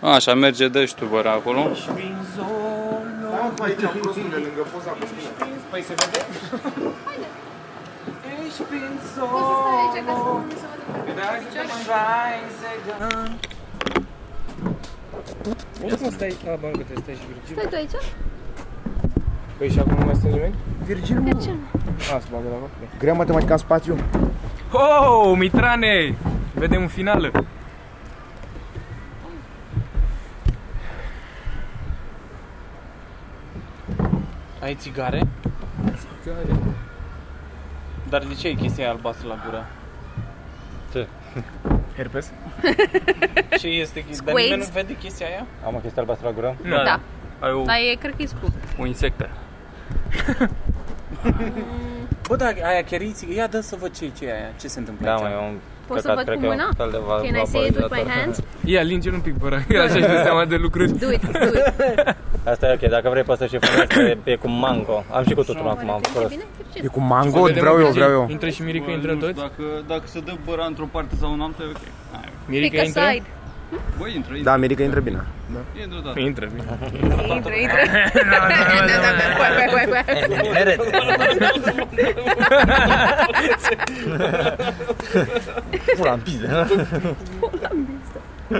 Așa, merge deștubăra acolo. Ich bin Poți să stai aici ca să solo. să mă duc pe Da, picioare. suntem în Weisegern. Cum să stai? A, bă, că stai și Virgil. Stai tu aici? Păi și acum nu mai stai nimeni? Virgil, De mă. ce nu? A, se bagă la vacă. Grea matematica în spațiu. Oh, Mitrane! Vedem în finală. Ai țigare? Dar de ce ai chestia aia albastră la gură? Herpes? Ce este chestia? Dar Squids. nimeni nu vede chestia aia? Am o chestie albastră la gură? Nu. Da. Ai o, Dar e, cred că e scump. o insectă. Bă, da, aia chiar e țigare. Ia dă să văd ce, ce e aia. Ce se întâmplă Da, aici? mai am Poți să căcat, văd cred cu că e mâna? un fel de va- Can I say it with my vaporizator. hands? Ia, linge un pic, bără. Așa și dă seama de lucruri. Do it, do it. Asta e ok, dacă vrei poți să și folosești, e cu mango. Am și cu tuturor acum, am Oare folos. prinde bine? Virgil? E cu mango? Vreau eu, vreau eu. Intră și Mirica, intră nu știu, toți? Dacă, dacă se dă băra într-o parte sau în alta, e ok. Hai. Mirica Pick a intră? side. Băi, intră, intră, Da, America intră bine. intră, da. Intră, bine. Intră, intră. Da, da, da, da. Bă, bă, bă, bă. Pula în pizde.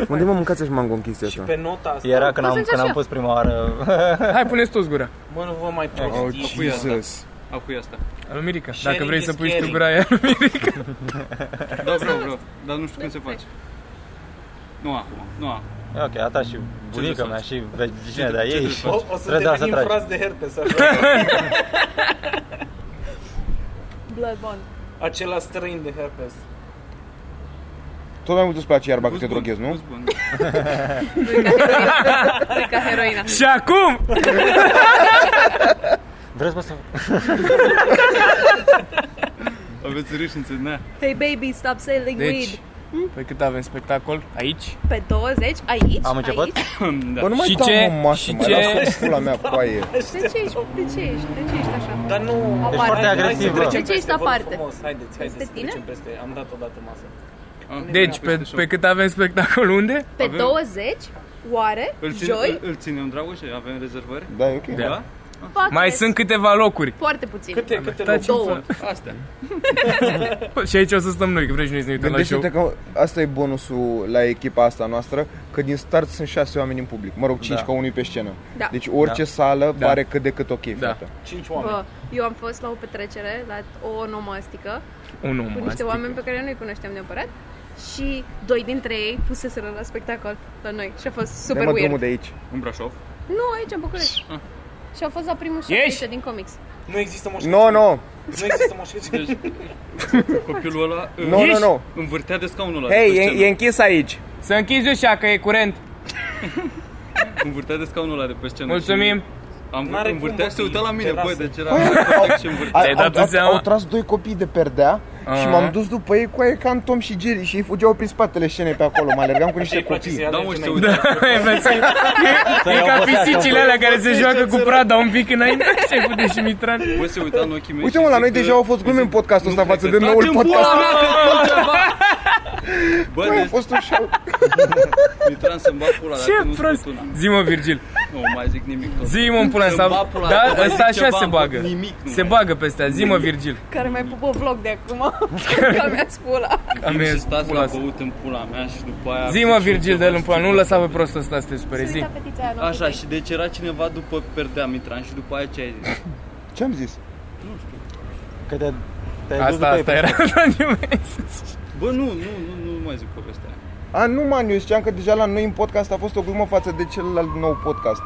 Unde mă mâncați așa mango în chestia asta? Pe nota asta. Era Mă când am, simt când așa. am pus prima oară Hai, puneți toți gura. Mă, nu vă mai Oh, prosti. Jesus. Acu asta. Al Mirica, dacă Sharing vrei is să pui și tu caring. gura aia. Da, vreau, vreau. Dar nu știu cum se face. Nu acum, nu acum. E ok, a ta și bunica trebuie mea și vecina Ce de-a ei trebuie și să faci? O, o să trebuie doar devenim tragi. frați de herpes așa. Blood bond. Acela străin de herpes. Tot mai mult îți place iarba Gust cât te bun, droghezi, nu? gust bun. E ca heroina. Și acum! Vreți mă să... Aveți râșnițe, na. Hey baby, stop selling Deci, weed. Hmm? păi cât avem spectacol? Aici? Pe 20, aici, Am început? aici. Da. Bă, nu mai Și da, ce? mă, masă, Și mă, ce? lasă pula mea, paie. De ce ești, de ce ești, de ce ești așa? Dar nu... Aparte. deci Deci Hai, foarte hai să agresivă. trecem De ce ești peste, vă rog aparte? frumos. Haideți, haideți să Peste tine? trecem peste. Am dat odată masă. Deci, pe, pe cât avem spectacol unde? Pe Avem- 20? Oare? Îl, ține, Joi? îl, îl ținem, Dragoșe? Avem rezervări? Da, e ok. Da. Fuck Mai yes. sunt câteva locuri. Foarte puțin. Câte, câte Da, locuri? ce- Două. Astea. Și aici o să stăm noi, că vrei și noi să ne uităm la show. Gândește-te că asta e bonusul la echipa asta noastră, că din start sunt șase oameni în public. Mă rog, cinci Da. ca unui pe scenă. Da. Deci orice sală Da. pare cât de cât ok, frate. Cinci oameni. Bă, Uh, eu am fost la o petrecere, la o onomastică, Un cu om niște oameni pe care nu-i cunoșteam neapărat și doi dintre ei fuseseră la spectacol la noi și a fost Dă super mă drumul weird. de aici. În Brașov. Nu, aici în București. Ah. Și a fost la primul show Ieși! aici din comics. Nu există moș No, no, Nu există moș Deci, copilul ăla îl- no, no, no. învârtea de scaunul ăla. Hei, de pe e, scenă. e închis aici. Să închizi ușa, că e curent. Învârtea de scaunul ăla de pe scenă. Mulțumim. Și Am N-are cum, învârtea bă, și se uita la mine, terasă. băi, deci era perfect și învârtea. Ți-ai Au- dat tu au, au, seama? au tras doi copii de perdea și Aha. m-am dus după ei cu aia ca în Tom și Jerry și ei fugeau prin spatele scenei pe acolo. Mă alergam cu niște copii. Da, mă, și se uite. uita. Efectiv. e, e ca pisicile alea care se joacă cu prada un pic înainte și ai putut și mitran. Bă, se uita în ochii mei Uite și mă, la zic noi că- deja au fost glume în podcastul ăsta Nu față de cred că- noul Da-te-n pula podcast. mea, că e altceva! Bă, Băi, a deci fost un show. Mitran să-mi bag pula dacă Ce nu prost. sunt una. Zi mă, Virgil. Nu mai zic nimic tot. Zi mă, în pula Să-mi sau... bag pula dacă Da, mai ăsta zic așa ceva se în bagă. tot. Nimic nu Se mai bagă pe astea. Zi mă, Virgil. Care mai pupă vlog de acum, ca mea spula. Am Vin și mers Deci stați pula la asta. băut în pula mea și după aia... Zi mă, Virgil, de de în pula. Nu lăsa pe prostul ăsta să te supere. Se Zi. uita fetița aia în ochii Așa, tăi. și deci era cineva după perdea Mitran și după aia ce ai zis? Ce am zis? Că te... Te-ai dus Asta, după ei asta pe era. Bă, nu, nu, nu, nu mai zic povestea. aia. A, nu, man, eu știam că deja la noi în podcast a fost o glumă față de celălalt nou podcast.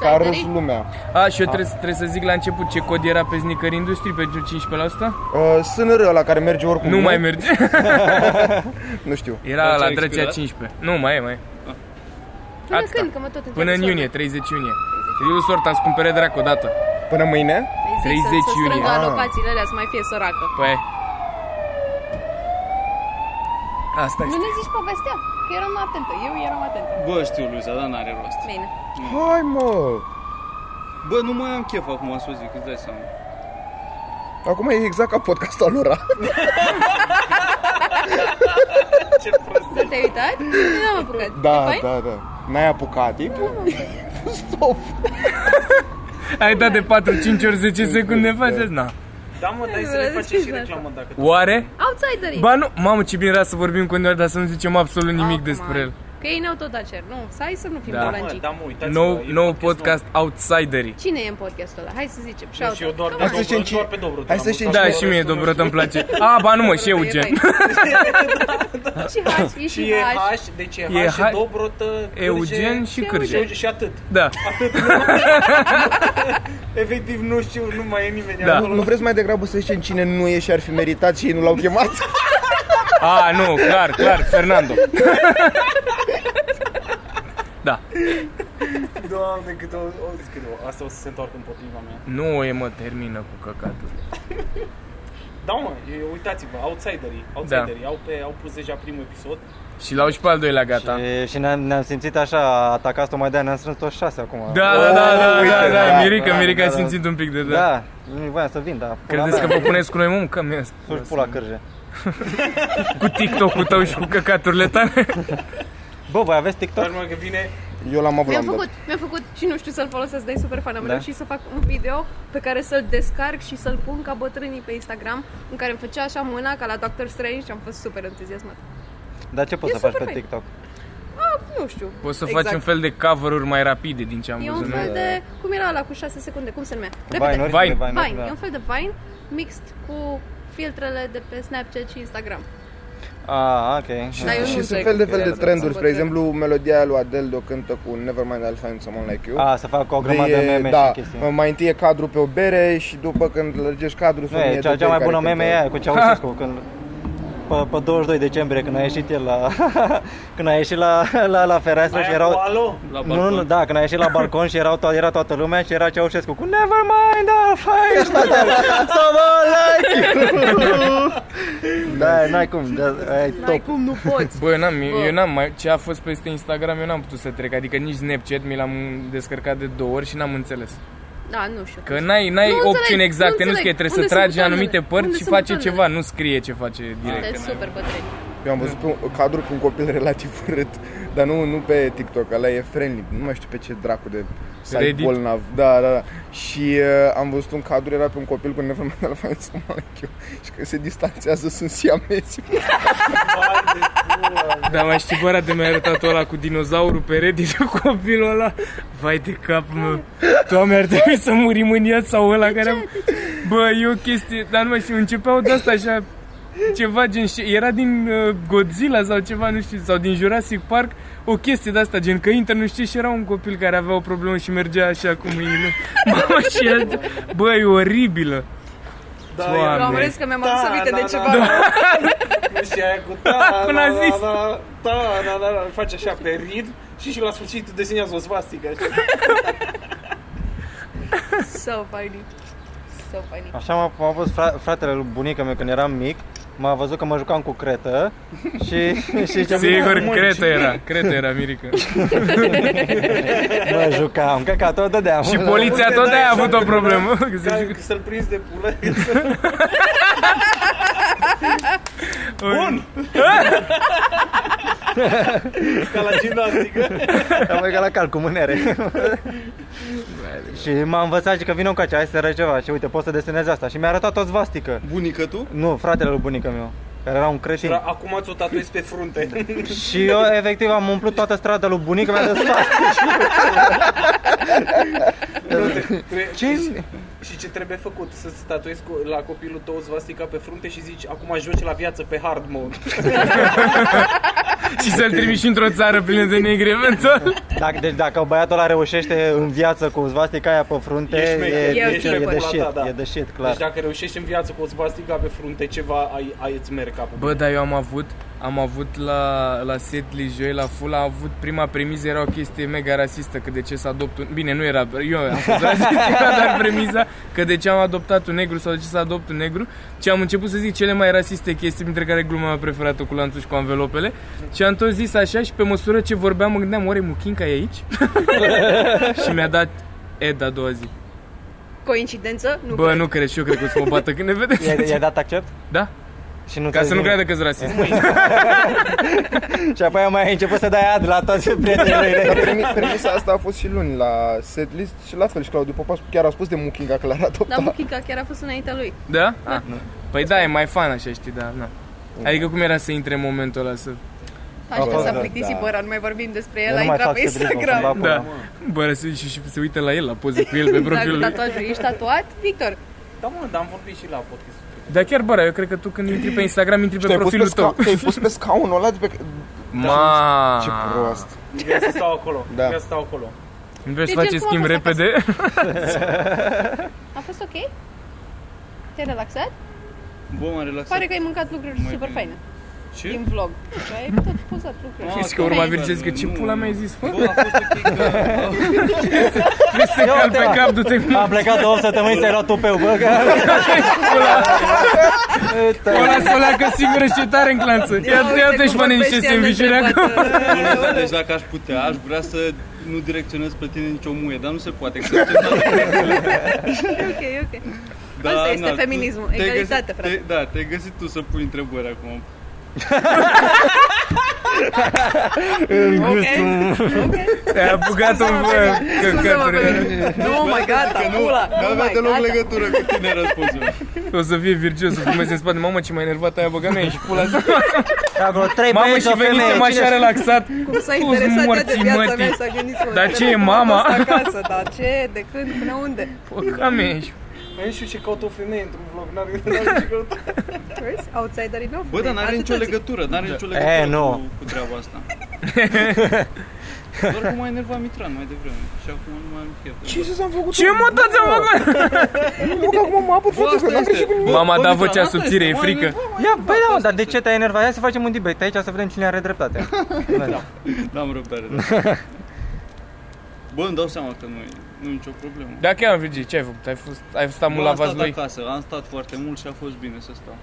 Că a râs Outsiderii? lumea. A, și eu trebuie, să- trebuie să zic la început ce cod era pe Snicker Industry, pe 15%? Uh, SNR la care merge oricum. Nu mai merge. Nu știu. Era Deci la ai drăția expirat? 15. Nu, mai e, mai e. Până Asta. când, că mă tot Până în iunie, 30 iunie. Eu sort, am scumpere dracu odată. Până mâine? 30 30 iunie. Păi Să strângă iunie. alocațiile alea, să mai fie săracă. Păi. Asta Nu este. ne zici povestea, că eram atentă. Eu eram atentă. Bă, știu, Luisa, dar n-are rost. Bine. Hai, mă! Bă, nu mai am chef acum să o zic, îți dai seama. Acum e exact ca podcastul lor. Nu te-ai uitat? Nu am apucat. E Da, fain? da, da. N-ai apucat. E Stop. Ai dat de 4-5 ori 10 secunde, faceți? Na. Da, mă, dar hai să le faci și reclamă dacă... Oare? Outsideri. Ba nu, mamă ce bine era să vorbim cu noi, dar să nu zicem absolut nimic Acum, despre el. Că ei ne-au tot dat cer. Nu, să hai să nu fim Da. da. Mă, da, mă, uitați-vă. Nou, e nou podcast Outsiderii. Cine e în podcastul ăla? Hai să zicem. nou. Și Deci eu Shout-out. doar pe Hai să Dobro, știm cine- doar pe Dobro. Hai să am știm văzut Da, acolo, și mie restul nu Dobrot știu. îmi place. A, ba nu mă, și eu gen. Păi, Și H, e Da. Și și e H. H, deci e E H, H- și Dobrot, Cârge- Eugen și Cârge. Și atât. Da, Efectiv, nu știu, nu mai e nimeni da. Nu vreți mai degrabă să știm cine nu e și ar fi meritat și ei nu l-au chemat? A, nu, clar, clar, Fernando. Da. Doamne, cât o, o, cât o, asta o să se întoarcă împotriva mea. Nu e, mă, termină cu căcatul. Da, mă, e- uitați-vă, outsiderii, Da. outsiderii au, pe, au pus deja primul episod. Și l-au și pe al doilea gata. Și, și ne-am, ne-am simțit așa, atacat-o mai de-aia, ne-am strâns tot șase acum. Da, da, da, da, da, uite, da, da, Mirica, da, Mirica a da, da. simțit un pic de da. Da, nu voiam să vin, dar... pula Credeți că mea. vă puneți cu noi, mă, că mi Suși pula cârje. Cu TikTok-ul tău și cu căcaturile tale? Bă, voi aveți Dar TikTok? mă, că vine, Eu l-am avut la Mi-am un dat. făcut, mi-am făcut și nu știu să-l folosesc, dar e super fan am Da. reușit și să fac un video pe care să-l descarc și să-l pun ca bătrânii pe Instagram, în care îmi făcea așa mâna ca la Doctor Strange și am fost super entuziasmat. Dar ce poți E să faci super pe fain. TikTok? Nu știu. Poți să exact. faci un fel de cover-uri mai rapide din ce am E un văzut noi. fel de... Cum era la cu 6 secunde? Cum se numea? Vine-uri? Vine. Vine-uri, Vine. da. E un fel de Vine mixt cu filtrele de pe Snapchat și Instagram. Ah, Dar ok. Da, eu nu Da, Și sunt înțeleg fel de că fel de sunt trenduri. Spre bătrân. exemplu, melodia aia lui Adele de o cântă cu Nevermind I'll Find Someone Like You. A, să fac o grămadă de e- meme da, și chestii. mai întâi e cadru pe o bere și după când lărgești cadrul Nu, e, cea, cea mai bună meme e aia cu Ceaușescu, când pe, pe 22 decembrie când a ieșit el la când a ieșit la la, la fereastră Păi, și aia erau cu alo, La nu, balcon. nu, da, când a ieșit la balcon și erau to- era toată lumea și era Ceaușescu cu Never mind, I'll find someone like you. Da, n-ai cum, da, ai N-ai top. cum nu poți. Bă, n-am, Bă. eu n-am mai, ce a fost peste Instagram eu n-am putut să trec, adică nici Snapchat mi l-am descărcat de două ori și n-am înțeles. da, nu știu. Că n-ai, n-ai Nu înțeleg, opțiuni nu exacte, nu, înțeleg. știu că trebuie Unde să sunt tragi butoanele? anumite părți Unde și sunt face butoanele? ceva, nu scrie ce face direct. Sunteți super bătrâni. Eu am văzut pe un cadru cu un copil relativ urât, dar nu, nu pe TikTok, ăla e friendly, nu mai știu pe ce dracu de site Reddit? bolnav. Da, da, da. Și uh, am văzut un cadru, era pe un copil cu nevermind I'll Find Someone Like You și că se distanțează, sunt siamezi. Dar mai știi, bă, Radu, mi-a arătat ăla cu dinozaurul pe Reddit cu copilul ăla. Vai de cap, mă. Doamne, ar trebui să murim în iad sau ăla care... am- Bă, e o chestie, dar nu mai știu, începeau de asta așa ceva gen, și- era din uh, Godzilla sau ceva, nu știu, sau din Jurassic Park, o chestie de asta, gen că intră, nu știu, și era un copil care avea o problemă și mergea așa cu mâinile. Mamă, și el, bă, e oribilă. da, Doamne. era- Eu am râs că mi-am adus Da, aminte da, de da, ceva. da. Nu știu, aia cu ta, Până a da, zis. Da, da, da, da, da, face așa pe rid și și la sfârșit desenează o svastică. așa. So funny. So funny. Așa m-a, m-a fost fra- fratele lui bunica meu când eram mic, m-a văzut că mă jucam cu cretă și, și ce Sigur, cretă era, cretă era, Mirica. mă jucam, că ca tot dădeam. Și poliția tot de-aia a avut o problemă. că se Ca jucă- să-l prinzi de pulă. Bun! ca la gimnastică. Am mai la cal cu mânere. și m-a învățat și că vine un cace, hai să arăt ceva și uite, poți să desenezi asta. Și mi-a arătat o svastică. Bunică tu? Nu, fratele lui bunica meu, care era un cretin. Era- Acum ți-o tatuezi pe frunte. Și eu efectiv am umplut toată strada lui bunica mea de svastici. Tre- Ce? și- Și ce trebuie făcut? Să-ți tatuezi cu, la copilul tău svastica pe frunte și zici Acum joci la viață pe hard mode Și să-l trimiși într-o țară plină de negri eventual Dacă, deci dacă băiatul ăla reușește în viață cu svastica aia pe frunte, Ești e, mecher, e, ești e, mecher de la shit, ta, da. e de Deci shit, clar. Deci dacă reușești în viață cu o svastica pe frunte Ceva ai, ai îți merg capul Bă, dar eu am avut am avut la, la Setli, joi, la Fula, a avut prima premiză, era o chestie mega rasistă, că de ce s-a adoptat un... Bine, nu era, eu am fost rasist, era doar premiza, că de ce am adoptat un negru sau de ce s-a adoptat un negru. Și am început să zic cele mai rasiste chestii, printre care gluma mea preferată cu lanțul și cu anvelopele. Și am tot zis așa și pe măsură ce vorbeam, mă gândeam, oare Muchinca e aici? și mi-a dat Ed a doua zi. Coincidență? Nu Bă, nu cred și eu cred că o să mă bată când ne vedem. I-ai, i-ai dat accept? Da? Și nu Ca ți-ai să nu zis- creadă că sunt rasist. Și apoi mai ai început să dai ad la Da. toți prietenii Dar lui. premi- premisa asta a fost și luni la setlist și la fel și Claudiu Popescu chiar a spus de Muchinga că l-ar adopta. Dar Muchica chiar a fost înaintea lui. Da? Ah. Păi da, e mai fan așa, știi, da, na. Adică cum era să intre în momentul ăla să... Așa fost, s-a da. plictisit, bă, nu mai vorbim despre el, Eu a nu mai intrat fac pe stebrism, o să-mi Instagram. bag pula. Da. Bă, și, și, și se uită la el, la poze cu el pe Exact, profilul cu lui. tatuajul. Ești tatuat, Victor? Da, mă, dar am vorbit și la podcastul trecut. Dar chiar, bă, eu cred că tu când intri pe Instagram, intri pe te-ai pus pe, profilul tău. sca- te-ai pus pe scaunul ăla de pe... Ma, Ce prost. Vreau să stau acolo. Da. Vreau să stau acolo. Nu vei să Deci, face cum a schimb fost acasă? repede? A fost ok? Te-ai relaxat? Bă, m-am relaxat. Pare că ai mâncat lucruri Mai super bine. faine Ce? din vlog. Și ai tot pozat lucruri. Știți că urma faine. Virgil zice că ce Nu. pula mea ai zis, fă? Bă, a fost ok că... Trebuie să cal uite, mă. pe cap, du-te Am plecat două săptămâni să-i luat tupeu, bă, că... Ăla să o leacă singură și e tare în clanță. Ia, ia te și mănânci niște sandvișuri acum. acum. Da, deci dacă aș putea, aș vrea să nu direcționez spre tine nicio muie, dar nu se poate. Că se Ok, ok. da, Asta este na, tu- feminismul, te-ai egalitate, găsit- frate. Oh te- Da, te-ai găsit tu să pui întrebări acum. Te-ai apucat un bă, căcaturile. Nu, mă, gata, Că da, nu, pula. Oh nu Nu, avea mai, deloc gata. legătură cu tine răspunsul. O să fie Virgil să fumeze în spate. Mamă, ce m-a enervat aia, băga mea, și pula asta. Acolo, trei Mamă, băieți, și o femeie, venisem așa cine... relaxat. Cum s-a Pus interesat ea de morții, viața mătii. mea, s-a gândit să mă Dar întrebe ce e, cum a mama? fost acasă, dar ce, de când, până unde? Băga mea, și Nu știu ce caut o femeie într-un vlog, n-are n-are ce căuta. Vezi? Outsiderii nu au Bă, dar femeie. n-are nicio Atâta zic. legătură, n-are Da. nicio Eh, legătură nu. cu, cu treaba asta. Doar că m-a enervat Mitran mai devreme și acum nu mai am chef. Ce să am făcut? Ce mă dați am făcut? Nu, că acum mă apăr foarte că n-am greșit cu nimic. Mama, da, Mitran, vocea asta subțire, este, e mă frică. enervat, mă. Ia, băi, da, mă, dar de ce te-ai enervat? Hai să facem un debate aici, să vedem cine are dreptate. N-am răbdare. da. Bă, îmi dau seama că nu e, nu e nicio problemă. Da, chiar am Virgil, ce ai făcut? Ai fost, ai stat Bă, mult la am vas stat lui? acasă, am stat foarte mult și a fost bine să stau.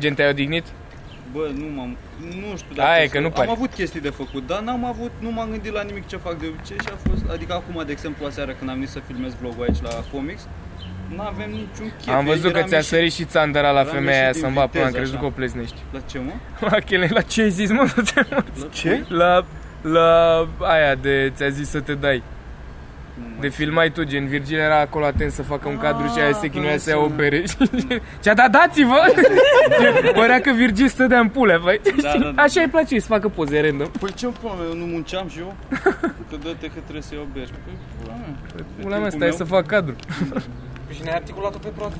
Gen, te-ai odihnit? Bă, nu m-am... Nu știu Aia e să- că nu Am pare. avut chestii de făcut, dar n-am avut... Nu m-am gândit la nimic ce fac de obicei și a fost... Adică acum, de exemplu, aseară când am venit să filmez vlogul aici la Comics, n-avem niciun chef. Am văzut că Eram ți-a ieșit- sărit și țandara la eram femeia aia ieșit să-mi din va până am viteză, crezut așa. că o pleznești. La ce, mă? La chele, la ce ai zis, mă? La Păi- ce? La, la aia de ți-a zis să te dai. Nu mai De filmai tu, gen, Virgil era acolo atent să facă un cadru și aia se chinuia vreau să ia o să- bere și ce da, dați-vă! Gen, Părea că Virgil stădea în pule, băi. Da, da, da. Așa îi place să facă poze random. Păi ce pula mea, eu nu munceam și eu? Că dă-te că trebuie să iau beri. Păi pula mea. Pula mea, timpul stai meu. să fac cadru. Și ne-ai articulat-o pe proastă.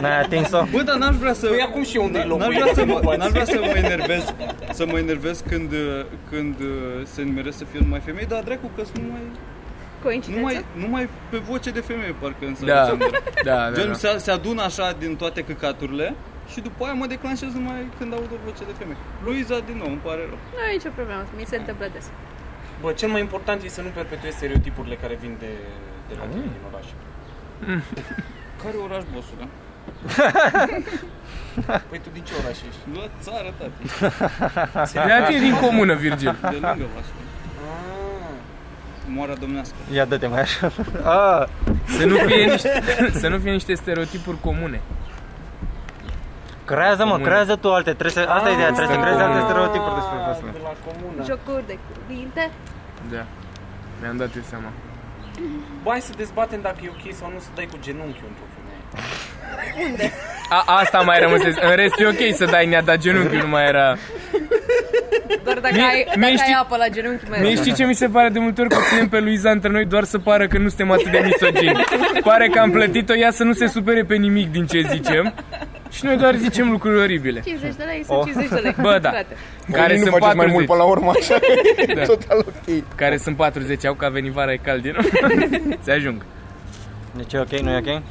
N-ai atins-o? Bă, dar n-aș vrea să... Păi acum și eu unde-i N-aș locul? vrea să mă, Bă, n-aș vrea să mă enervez, să mă enervez când, uh, când uh, se numeresc să fiu numai femei, dar dracu că sunt numai, numai, Coincidență? numai pe voce de femeie parcă însă. Da, da, da. Gen, da. se, se adună așa din toate căcaturile și după aia mă declanșez numai când aud o voce de femeie. Luiza, din nou, îmi pare rău. Nu e nicio problemă, mi se întâmplă des. Bă, cel mai important e să nu perpetuezi stereotipurile care vin de, de la Mm. tine din oraș. Care oraș, bossule? Păi tu din ce oraș ești? La țară, tati. Ea e din comună, Virgil. De lângă Vasul. Moara domnească. Ia, dă-te mai așa. Ah, Să nu fie niște, să nu fie niște stereotipuri comune. creează, mă, Comună. creează tu alte, trebuie să, asta e ideea, trebuie să Suntem creezi alte comună. stereotipuri despre vasme. Ah, De la Da. comună. Jocuri de cuvinte. Da. Mi-am dat eu seama. Bă, hai să dezbatem dacă e ok sau nu să dai cu genunchiul într-o femeie. A, asta mai rămâsese. În rest e ok să dai nea, dar genunchiul nu mai era. Doar dacă Mie- ai, mie dacă ai știi- apă la genunchi, mai Mie rău. știi ce mi se pare de multe ori că o ținem pe Luiza între noi doar să pară că nu suntem atât de misogini. Pare că am plătit-o ea să nu se supere pe nimic din ce zicem. Și noi doar zicem lucruri oribile. 50 de lei, sunt 50 de lei. Bă, da. Frate. Care nu sunt, faceți mai 40, mult până la urmă, așa e Da. total ok. care sunt 40, au că a venit vara, e cald din nou. Se ajung. Deci e ok, nu e ok?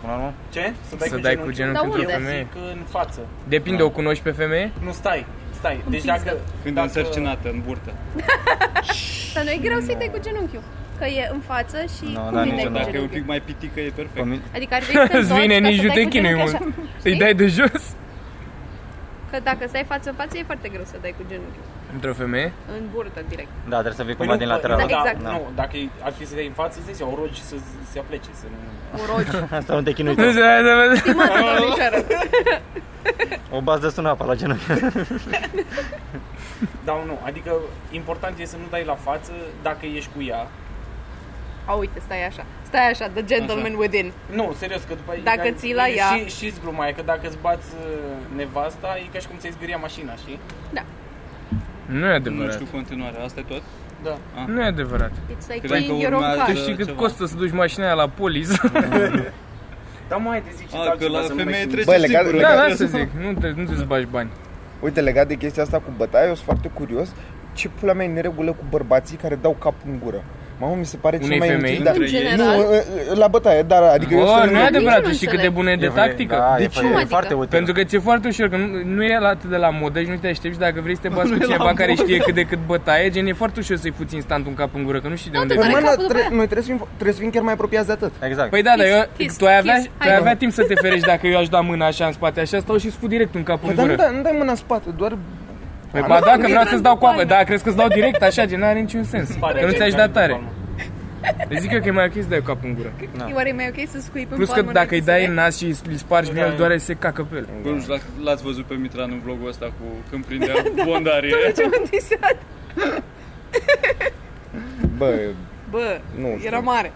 până la urmă? Ce? Să dai, Să cu, dai genunchiul. cu genunchiul Dar într-o unde? femeie? Zic în față. Depinde, o cunoști pe femeie? Nu stai, stai. Deci pizdă. dacă... Când e dacă... însărcinată, în burtă. Dar nu e greu să-i dai cu genunchiul. Că e în față și Nu, cum da, îi nici dai eu cu n-am. Dacă e un genunchiul? pic mai pitică, e Pe perfect. mine- Adică ar fi să Îți vine nici nu te chinui mult. Îi Știi? dai de jos? Că dacă stai față în față e foarte greu să dai cu genunchiul. Într-o femeie? În burtă direct. Da, trebuie să vii Păi cumva din lateral. da, da, exact. Nu, dacă e- ar fi să dai în față, îți dai o rogi să să se aplece, să nu... O rogi. Asta nu te chinui. Nu se hai să vezi. Mă, domnișoară. O bază de sună apa la genunchi. Da, nu, adică important e să nu dai la față dacă ești cu ea. A, uite, stai așa. Stai așa, the gentleman within. Nu, serios, că după Dacă că- ții la e ea. Și, și gluma e că dacă îți bați uh, nevasta, e ca și cum ți-ai zgâria mașina, știi? Nu e Nu adevărat. știu continuarea, asta e tot? Da. Nu e adevărat. It's like Credeam că paying your own urmează- Tu car. știi cât ceva. costă să duci mașina aia la polis? Dar mai de zici A, Ah, că la femeie trece Bă, legat- singură. Da, legat- da, să zic. Nu te, nu te bagi bani. Uite, legat de chestia asta cu bătaie, eu sunt foarte curios ce pula mea e în regulă cu bărbații care dau cap în gură. Mamă, mi se pare cel Unei mai femei? intimidat. În general. Nu, ă, la bătaie, dar adică eu Bă, sunt nu e în- adevărat, nu tu știi cât de înțeleg. bună e de tactică? Da, e, De ce? e, e foarte Adică? util. Pentru că ți-e foarte ușor, că nu, nu e atât de la modă și nu te aștepți dacă vrei să te bați Nu cu e la cineva care modă. știe cât de cât bătaie, gen e foarte ușor să-i puți instant un cap în gură, că nu știi de Nu unde te Păi, vine. Are mă, capul tre- după aia. noi trebuie să fim, trebuie să fim chiar mai apropiați de atât. Exact. Păi da, dar eu, kiss, tu ai avea, kiss, tu ai hai. avea timp să te ferești dacă eu aș da mâna așa în spate, așa stau și îți fut direct un cap Păi, în dar nu, gură. dai, nu dai mâna în spate, doar... Păi Am ba avut da, un că vreau migrant să-ți după dau coapă, aia. da, crezi că-ți dau direct așa, gen n-are niciun sens. Că nu ți-aș da tare. Deci zic eu că e mai ok să dai cu capul în gură. E Oare e mai ok să scuip în Plus că palmă dacă îi înainte să dai dai? în nas și îi spargi Da. mielul, doar se cacă pe el. Bă, nu știu dacă l-ați văzut pe Mitran în vlogul ăsta cu când prindea bondarie. Ce m-am disat. Bă, Bă, Nu știu. era mare.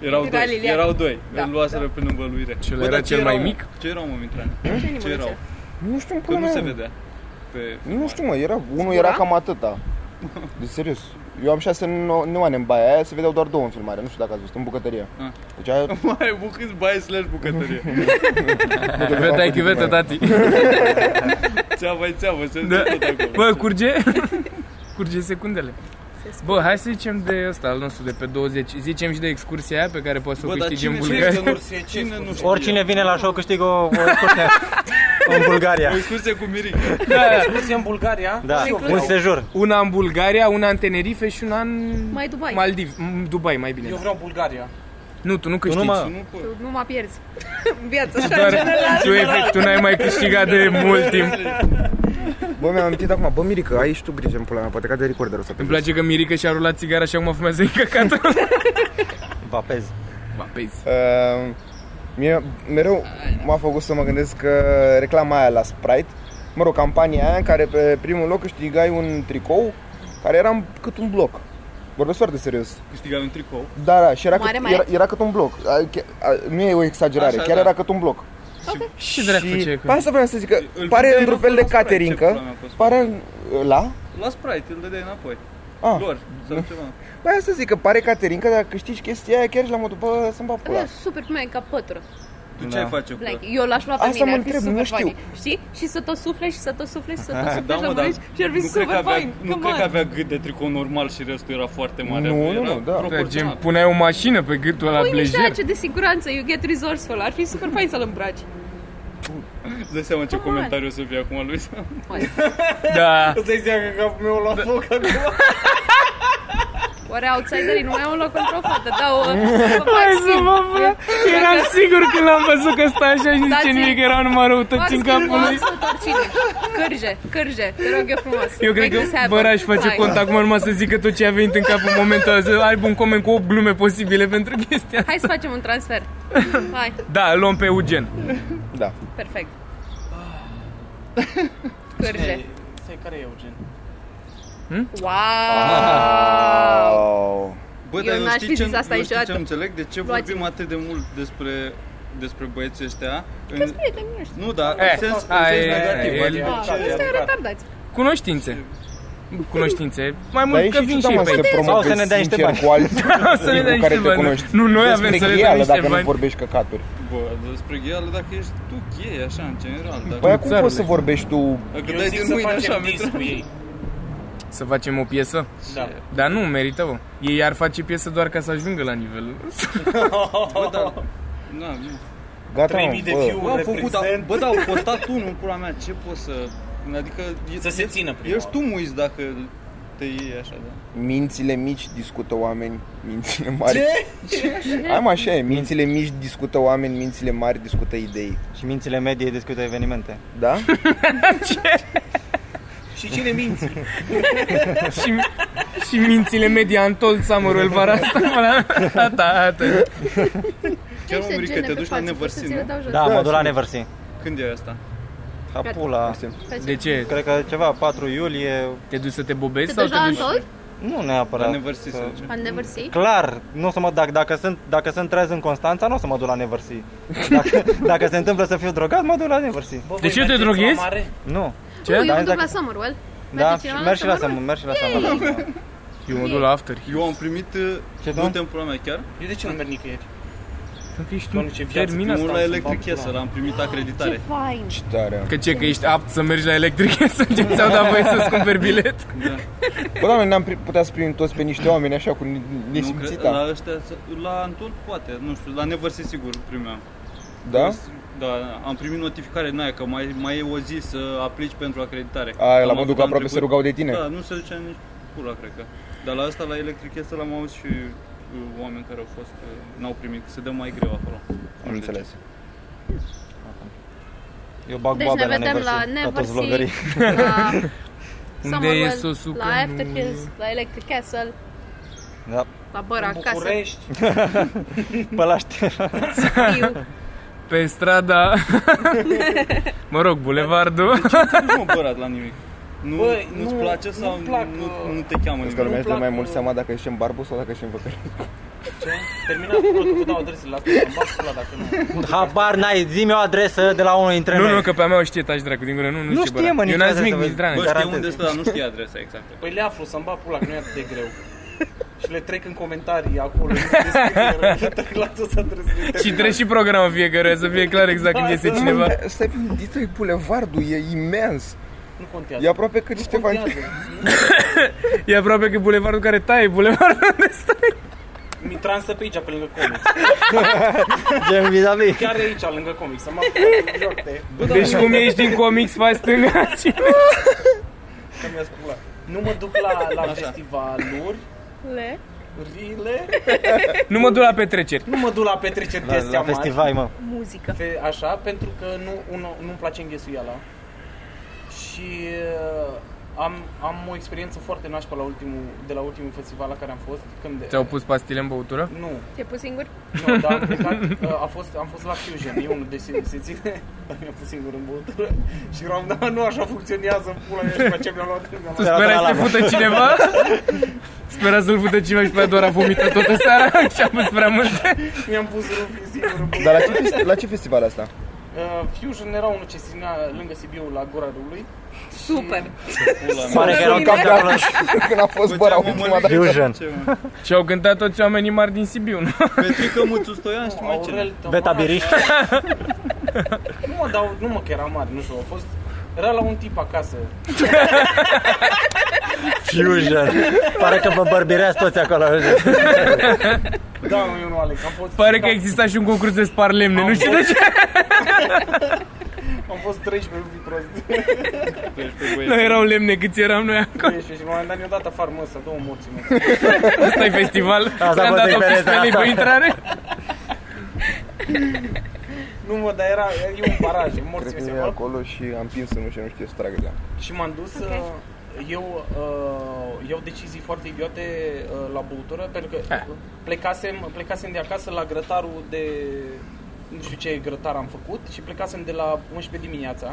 Erau Era doi, Lilian. erau doi. Da, Îl luaseră până în văluire. Și el Bă, era dar ce cel mai erau, mă? mic? Ce erau, mă, Mitran? Ce animăluțe? erau? păi nu știu, Că pula nu mea. se vedea. Pe... Nu știu, mă, era, unul era cam atâta. De serios. Eu am șase nu- nuane în baia aia, se vedeau doar două în filmare, nu știu dacă ați văzut, în bucătărie. Ah. Deci aia... Mai bucâți baie slash bucătărie. Chivetă, ai chivetă, tati. Țeavă, țeavă, se Da. da. tot acolo. Bă, curge? curge secundele. Bă, hai să zicem de ăsta al nostru de pe 20. Zicem și de excursia aia pe care poți să o Bă, dar câștigi în cine, Bulgaria. știe că nu, Excursie, ce cine nu știe? Oricine vine la show câștigă o, o excursie în Bulgaria. O excursie cu Mirica. Da. Excursie în Bulgaria? Da, Și eu un vreau, sejur. Una în Bulgaria, una în Tenerife și una în Mai Dubai. Maldiv, m, Dubai, mai bine. eu vreau Bulgaria. Nu, tu nu Tu nu câștigi. mă... Nu pot. Tu Nu mă pierzi. În viață, așa, în Doar general. tu, efect, tu n-ai mai câștigat de mult timp. Bă, mi-am amintit acum, bă, Mirica, ai și tu grijă în pula mea, poate cade recorderul ăsta pe Îmi jos. place că Mirica și-a rulat țigara și acum fumează în căcatul. Vapez. Ba, pezi. Uh, mie mereu m-a făcut să mă gândesc că reclama aia la Sprite, mă rog, campania aia în care pe primul loc câștigai un tricou care era cât un bloc. Vorbesc foarte serios. Câștigai un tricou. Da, da, și era, Mare, cât, mare? era, era cât un bloc. A, che- a, nu e o exagerare, Așa, chiar da. era cât un bloc. Și ce dracu făceai cu Păi asta vreau să zic că Îl pare puteai într-un fel lua de la Sprite, ce pula caterincă, mea poți să pare la... La Sprite, îl dădeai înapoi. Ah, Lor, sau ceva. Păi asta zic că pare caterincă, dar câștigi chestia aia chiar și la modul, bă, să-mi bag pula. Bă, super mega pătură. Tu Da. ce ai face cu ăla? Like, eu l-aș lua pe Asta mine, mă ar fi întreb, super nu știu. funny. Știi? Și să tot suflești, și să tot suflești, și să tot suflești, Da, la mă, dar mânești și ar fi nu cred, că super avea, fain. nu Come cred că on. avea gât de tricou normal și restul era foarte mare. Nu, era nu, nu, da. Da, gen, proporțional. puneai o mașină pe gâtul ăla Pui niște plejer. ace de siguranță, you get resourceful, ar fi super fain să-l îmbraci. Îți dai seama ce Come on. comentariu o să fie acum, Luisa? Da. Îți dai seama că capul meu la foc acum? Oare outsiderii nu mai au un loc pentru o fată, dau uh, Hai să mă fac. Eram sigur că l-am văzut că stă așa și zice Dați-mi- nimic, era numai răutăți în capul lui. Cârje, cârje, te rog eu frumos. Eu cred Make this că happen. Băraș face Hai. cont acum numai să zică tot ce a venit în cap în momentul ăla, să aibă un coment cu 8 glume posibile pentru chestia asta. Hai să facem un transfer. Hai, Da, îl luăm pe Eugen. Da. perfect. Cârje. Stai, care e Eugen? Wow! Au. Bă, Eu dar n-aș știi fi ce- zis asta eu știi niciodată. ce înțeleg? De ce Luați-mi. vorbim atât de mult despre despre băieții ăștia? În- Prieteni noștri. Nu, da, Eh, în sens, în ai- sens negativ. el- adică Wow, ce- ăsta e retardați. Cunoștințe. Cunoștințe. Mai Dar mult e că și vin ciudat, și ei mă, să pe te Sau să promovezi ne dai niște sincer bani. cu alți să ne dai cu care niște te bani. cunoști. Nu, noi Despre avem să le dăm ghială, niște dacă nu bani. vorbești căcaturi. Bă, despre gheală, dacă ești tu gay, așa, în general. Dacă, Păi acum țarule. poți să vorbești tu... dacă Eu dai zic din să mâini facem așa, dis cu ei. Să facem o piesă? Da. Dar nu, merită, bă. Ei ar face piesă doar ca să ajungă la nivelul. Bă, dar Da, nu. Gata, 3000 de bă. view Bă, am făcut, a, reprezent. bă, da, au postat unul în pula mea, ce poți să... Adică... e- Să se e- țină prima Ești tu oară. muiți dacă te iei așa, da. Mințile mici discută oameni, mințile mari. Ce? Am așa e, mințile mici discută oameni, mințile mari discută idei. Și mințile medie discută evenimente. Da? Și cine minți? și, și mințile media în told summer-ul vara asta. mă, la- Gata, gata. Chiar mă Niște muri că gene te pe duci la față, Never pot să Seen, ți le nu? dau jos. Da, Da, mă duc la sigur. Neversi. Când e asta? Hapula. Pe ce? De ce? Cred că ceva 4 iulie. Te duci să te bobezi Te sau duci te la duci? Untold? Nu La Da. neapărat. Never Seen, că- să zicem. La Never See? Clar, nu o să mă, dacă, dacă, sunt, dacă sunt trez în Constanța, nu o să mă duc la Neversi. Dacă, dacă se întâmplă să fiu drogat, mă duc la Neversi. Bă, voi Deci eu te mergeți la droghezi? mare? Nu. Ce? Nu, eu Da, mă duc dacă- exact. la Summerwell. Da, Merge și cineva merg și la Summer, Summerwell? merg și la Summer. Eu mă duc la after. Eu am primit uh, Ce, da? multe în pula mea chiar. Eu de ce nu merg nicăieri? Ești Doamne, ce tu viață, terminat. Unul la sunt Electric fapt, da. Castle, am primit acreditare. Ce fain! Ce tare. Că ce, că ești apt să mergi la electric să începi să-ți dau voie să-ți cumperi bilet? Da. Bă, doamne, n-am pri- putea să primim toți pe niște oameni așa cu Nu, cred- nesimțita. la ăștia, la Antol poate, nu știu, la Never See sigur primeam. Da? Da, am primit notificare din aia că mai, mai e o zi să aplici pentru acreditare. A, Am la modul avut că anul aproape se trecut. rugau de tine. Da, nu se ducea nici pula, cred că. Dar la asta, la Electric Castle, am auzit și uh, oameni care au fost, uh, n-au primit, că se dă mai greu acolo. Am înțeles. Eu bag Deci boabe ne la vedem Neversi. la ca Neversi, toți vlogării. la e Summerwell, sosul la că After nu- Hills, la Electric Castle, Da. la Băra, În acasă, București? Pe la știri. știu. Pe strada... mă rog, bulevardul. Nu mă bărat la nimic. Nu, Băi, nu-ți nu- place nu-mi sau plac, nu, uh, nu te cheamă Crezi că nimic? lumea Nu-mi își dă mai plac, mult uh, seama dacă ieșim barbu sau dacă ieșim văcări. Ce? Terminați pula că vă dau adresele la tine, am bag pula dacă nu. Habar n-ai, zi-mi o adresă de la unul dintre Nu, noi. nu, că pe a mea o știe taci dracu din gură, nu, nu, Nu știe, știe, bă, mă, Eu nici n-am asta zis să nimic, vezi. nici dracu. Bă, știi garantez. unde stă, dar nu știi adresa exactă. Păi le aflu să-mi bag pula, că nu e atât de greu. Și le trec în comentarii acolo, în descriere, le trec la toți adresele. Și treci și programul fiecare, să fie clar exact când iese cineva. Stai, Detroit Boulevardul e imens. Nu contează. E aproape cât Nu Ștefan. contează. E aproape că bulevardul care taie, bulevardul unde stai. Mi transă pe aici, pe lângă comics. Gen vis-a-vis. Chiar aici, lângă comics. Să mă joc de... Deci cum ieși din comics, faci stânga și... Că mi-a spus pula. Nu mă duc la, la festivaluri, Le? rile, Nu mă duc la petreceri. nu mă duc la petreceri de La, astea la mari. festival, mă. Muzică. Fe- așa, pentru că nu, nu, nu-mi place înghesuiala. Și uh, am, am o experiență foarte nașpa la ultimul, de la ultimul festival la care am fost. Când, Ți-au pus pastile în băutură? Nu, Te-ai pus singur? nu, dar am plecat, uh, a fost, am fost la Fusion, e unul de se, se ține, dar mi-a pus singur în băutură și eram, da, nu așa funcționează, pula mea, și pe ce mi-am luat, mi-am Tu luat. Era sperai să te la la- fută cineva? Sperai să-l fută cineva și pe aia doar a vomitat toată seara și a pus prea multe. Mi-am pus rufii singur în băutură. Dar la ce, festi- la ce festival asta? Uh, Fusion era unul ce se ținea lângă Sibiu, la Gura Râului. Super! Pula mea. Pare că erau cap de acolo. Când a fost Bă, băra ce-am ultima omorât? dată. Fusion. Ce, mă? Și au cântat toți oamenii mari din Sibiu, nu? Petrică Muțu Stoian și mai cine. Aurel Tămara, Beta Biriș. Nu mă dau, nu mă că era mare, nu știu, a fost era la un tip acasă. Fusion. Pare că vă bărbireați toți acolo. Da, mă, eu nu Alex, am fost da, Pare că am- exista și un concurs de spar lemne, nu știu de ce. Am fost 13 rupi prost. Nu erau lemne câți eram noi acolo. 13 și la un moment dat mi-a dat afară, mă, să două morți, mă. Asta e festival. a Am fost dat 18 diferența lei asta. pe intrare. Nu, mă, dar era, e un baraj, e morți, Cred mi că se e fac. acolo și am pins nu și nu știu da. ce să tragă de ea. Și m-am dus okay. eu uh, iau decizii foarte idiote uh, la băutură pentru că Ha. plecasem, plecasem de acasă la grătarul de nu știu ce grătar am făcut și plecasem de la 11 dimineața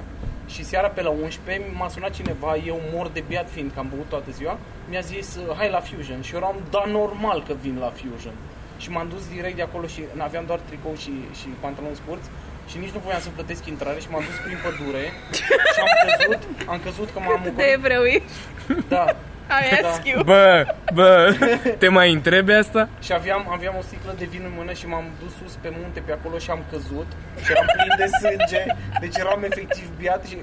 și seara pe la 11 m-a sunat cineva, eu mor de beat fiind că am băut toată ziua, mi-a zis uh, hai la Fusion și eu eram da normal că vin la Fusion. Și m-am dus direct de acolo și aveam doar tricou și, și pantaloni scurți și nici nu voiam să plătesc intrare și m-am dus prin pădure și am căzut, am căzut că m-am De mucorit. evreu ești? Da. I Da. ask you. Bă, bă, te mai întrebi asta? Și aveam, aveam o sticlă de vin în mână și m-am dus sus pe munte pe acolo și am căzut și eram plin de sânge. Deci eram efectiv biat și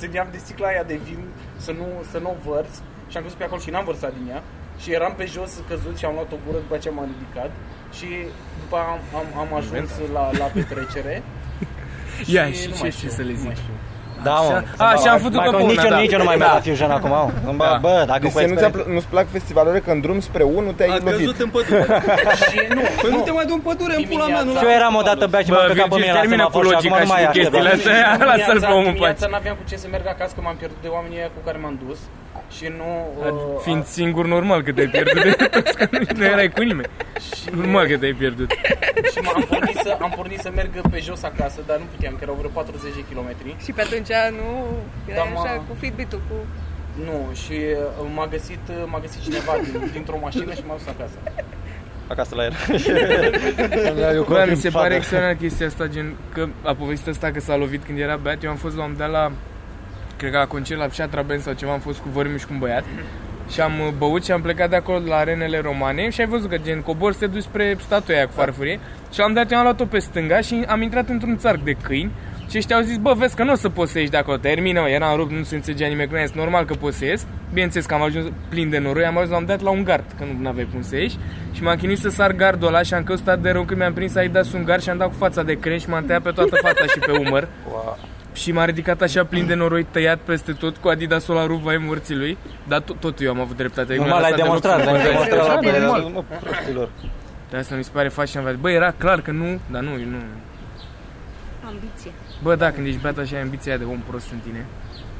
țineam de sticla aia de vin să nu, să nu o vărs. Și am căzut pe acolo și n-am vărsat din ea. Și eram pe jos căzut și am luat o gură, după aceea m-am ridicat. Și după aia am, am, am ajuns la, la petrecere. Ia, nu și mai ce- știu, ce să le nu mai zic? știu. Da, mă. A, și am făcut Mai pe că bună, nici, eu, da. nici eu nu mai Da. merg la Fusion acum, au. Îmi bag, Da. bă, dacă păi Deci cu să nu ți-a, experiență. pl- nu-ți plac festivalurile că în drum spre 1 A te-ai lovit. căzut în pădure. Și nu, Păi nu te mai duc în pădure, în pula mea, nu Dimineața. Și eu eram odată bea și m-am Da. Bă, plecat pe Virgil, mine la termină cu semafor și acum logica nu și mai cu aștept. chestiile bă. astea. Aia, Dimineața- lasă-l pe omul în dimineața pace. n-aveam cu ce să merg acasă, că m-am pierdut de oamenii aia cu care m-am dus. Și nu... uh, Fiind singur, normal că te-ai pierdut de toți, că nu- nu erai cu nimeni. și, Normal că te-ai pierdut. și m-am pornit să, am pornit să merg pe jos acasă, dar nu puteam, că erau vreo 40 de kilometri. Și pe atunci nu erai Da, mă. așa cu Fitbit-ul, cu... Nu, și uh, m-a găsit, uh, m-a găsit cineva din, dintr-o mașină și m-a dus acasă. Acasă la el. Bă, mi se pare extraordinar chestia asta, gen că a povestit asta că s-a lovit când era beat. Eu am fost la un dat la, cred că la concert la Pșatra Band sau ceva, am fost cu Vărmiș și cu un băiat. Și am uh, băut și am plecat de acolo la arenele romane și ai văzut că gen cobor să te duci spre statuia aia cu farfurie și am dat, eu am luat-o pe stânga și am intrat într-un țarc de câini și ăștia au zis, bă, vezi că nu o să poți să ieși de acolo, termină, mă, eram rupt, nu se înțelegea nimeni cu mine, este normal că poți să ies. Bineînțeles că am ajuns plin de noroi, am ajuns la un dat la un gard, că nu aveai cum să ieși și m-am chinuit să sar gardul ăla și am căutat de rău când mi-am prins ai dat un gard și am dat cu fața de cren și m-am tăiat pe toată fața și pe umăr. Și m-a ridicat așa plin de noroi, tăiat peste tot cu Adidasul la ruva ai morții lui. Dar tot, tot eu am avut dreptate. Normal, l-ai l-ai demonstrat, l-ai demonstrat la Da, normal. Mă, prostilor. De asta mi se pare fascinant. Bă, era clar că nu, dar nu, eu nu. Ambiție. Bă, da, când ești beat așa, ai ambiția aia de om prost în tine.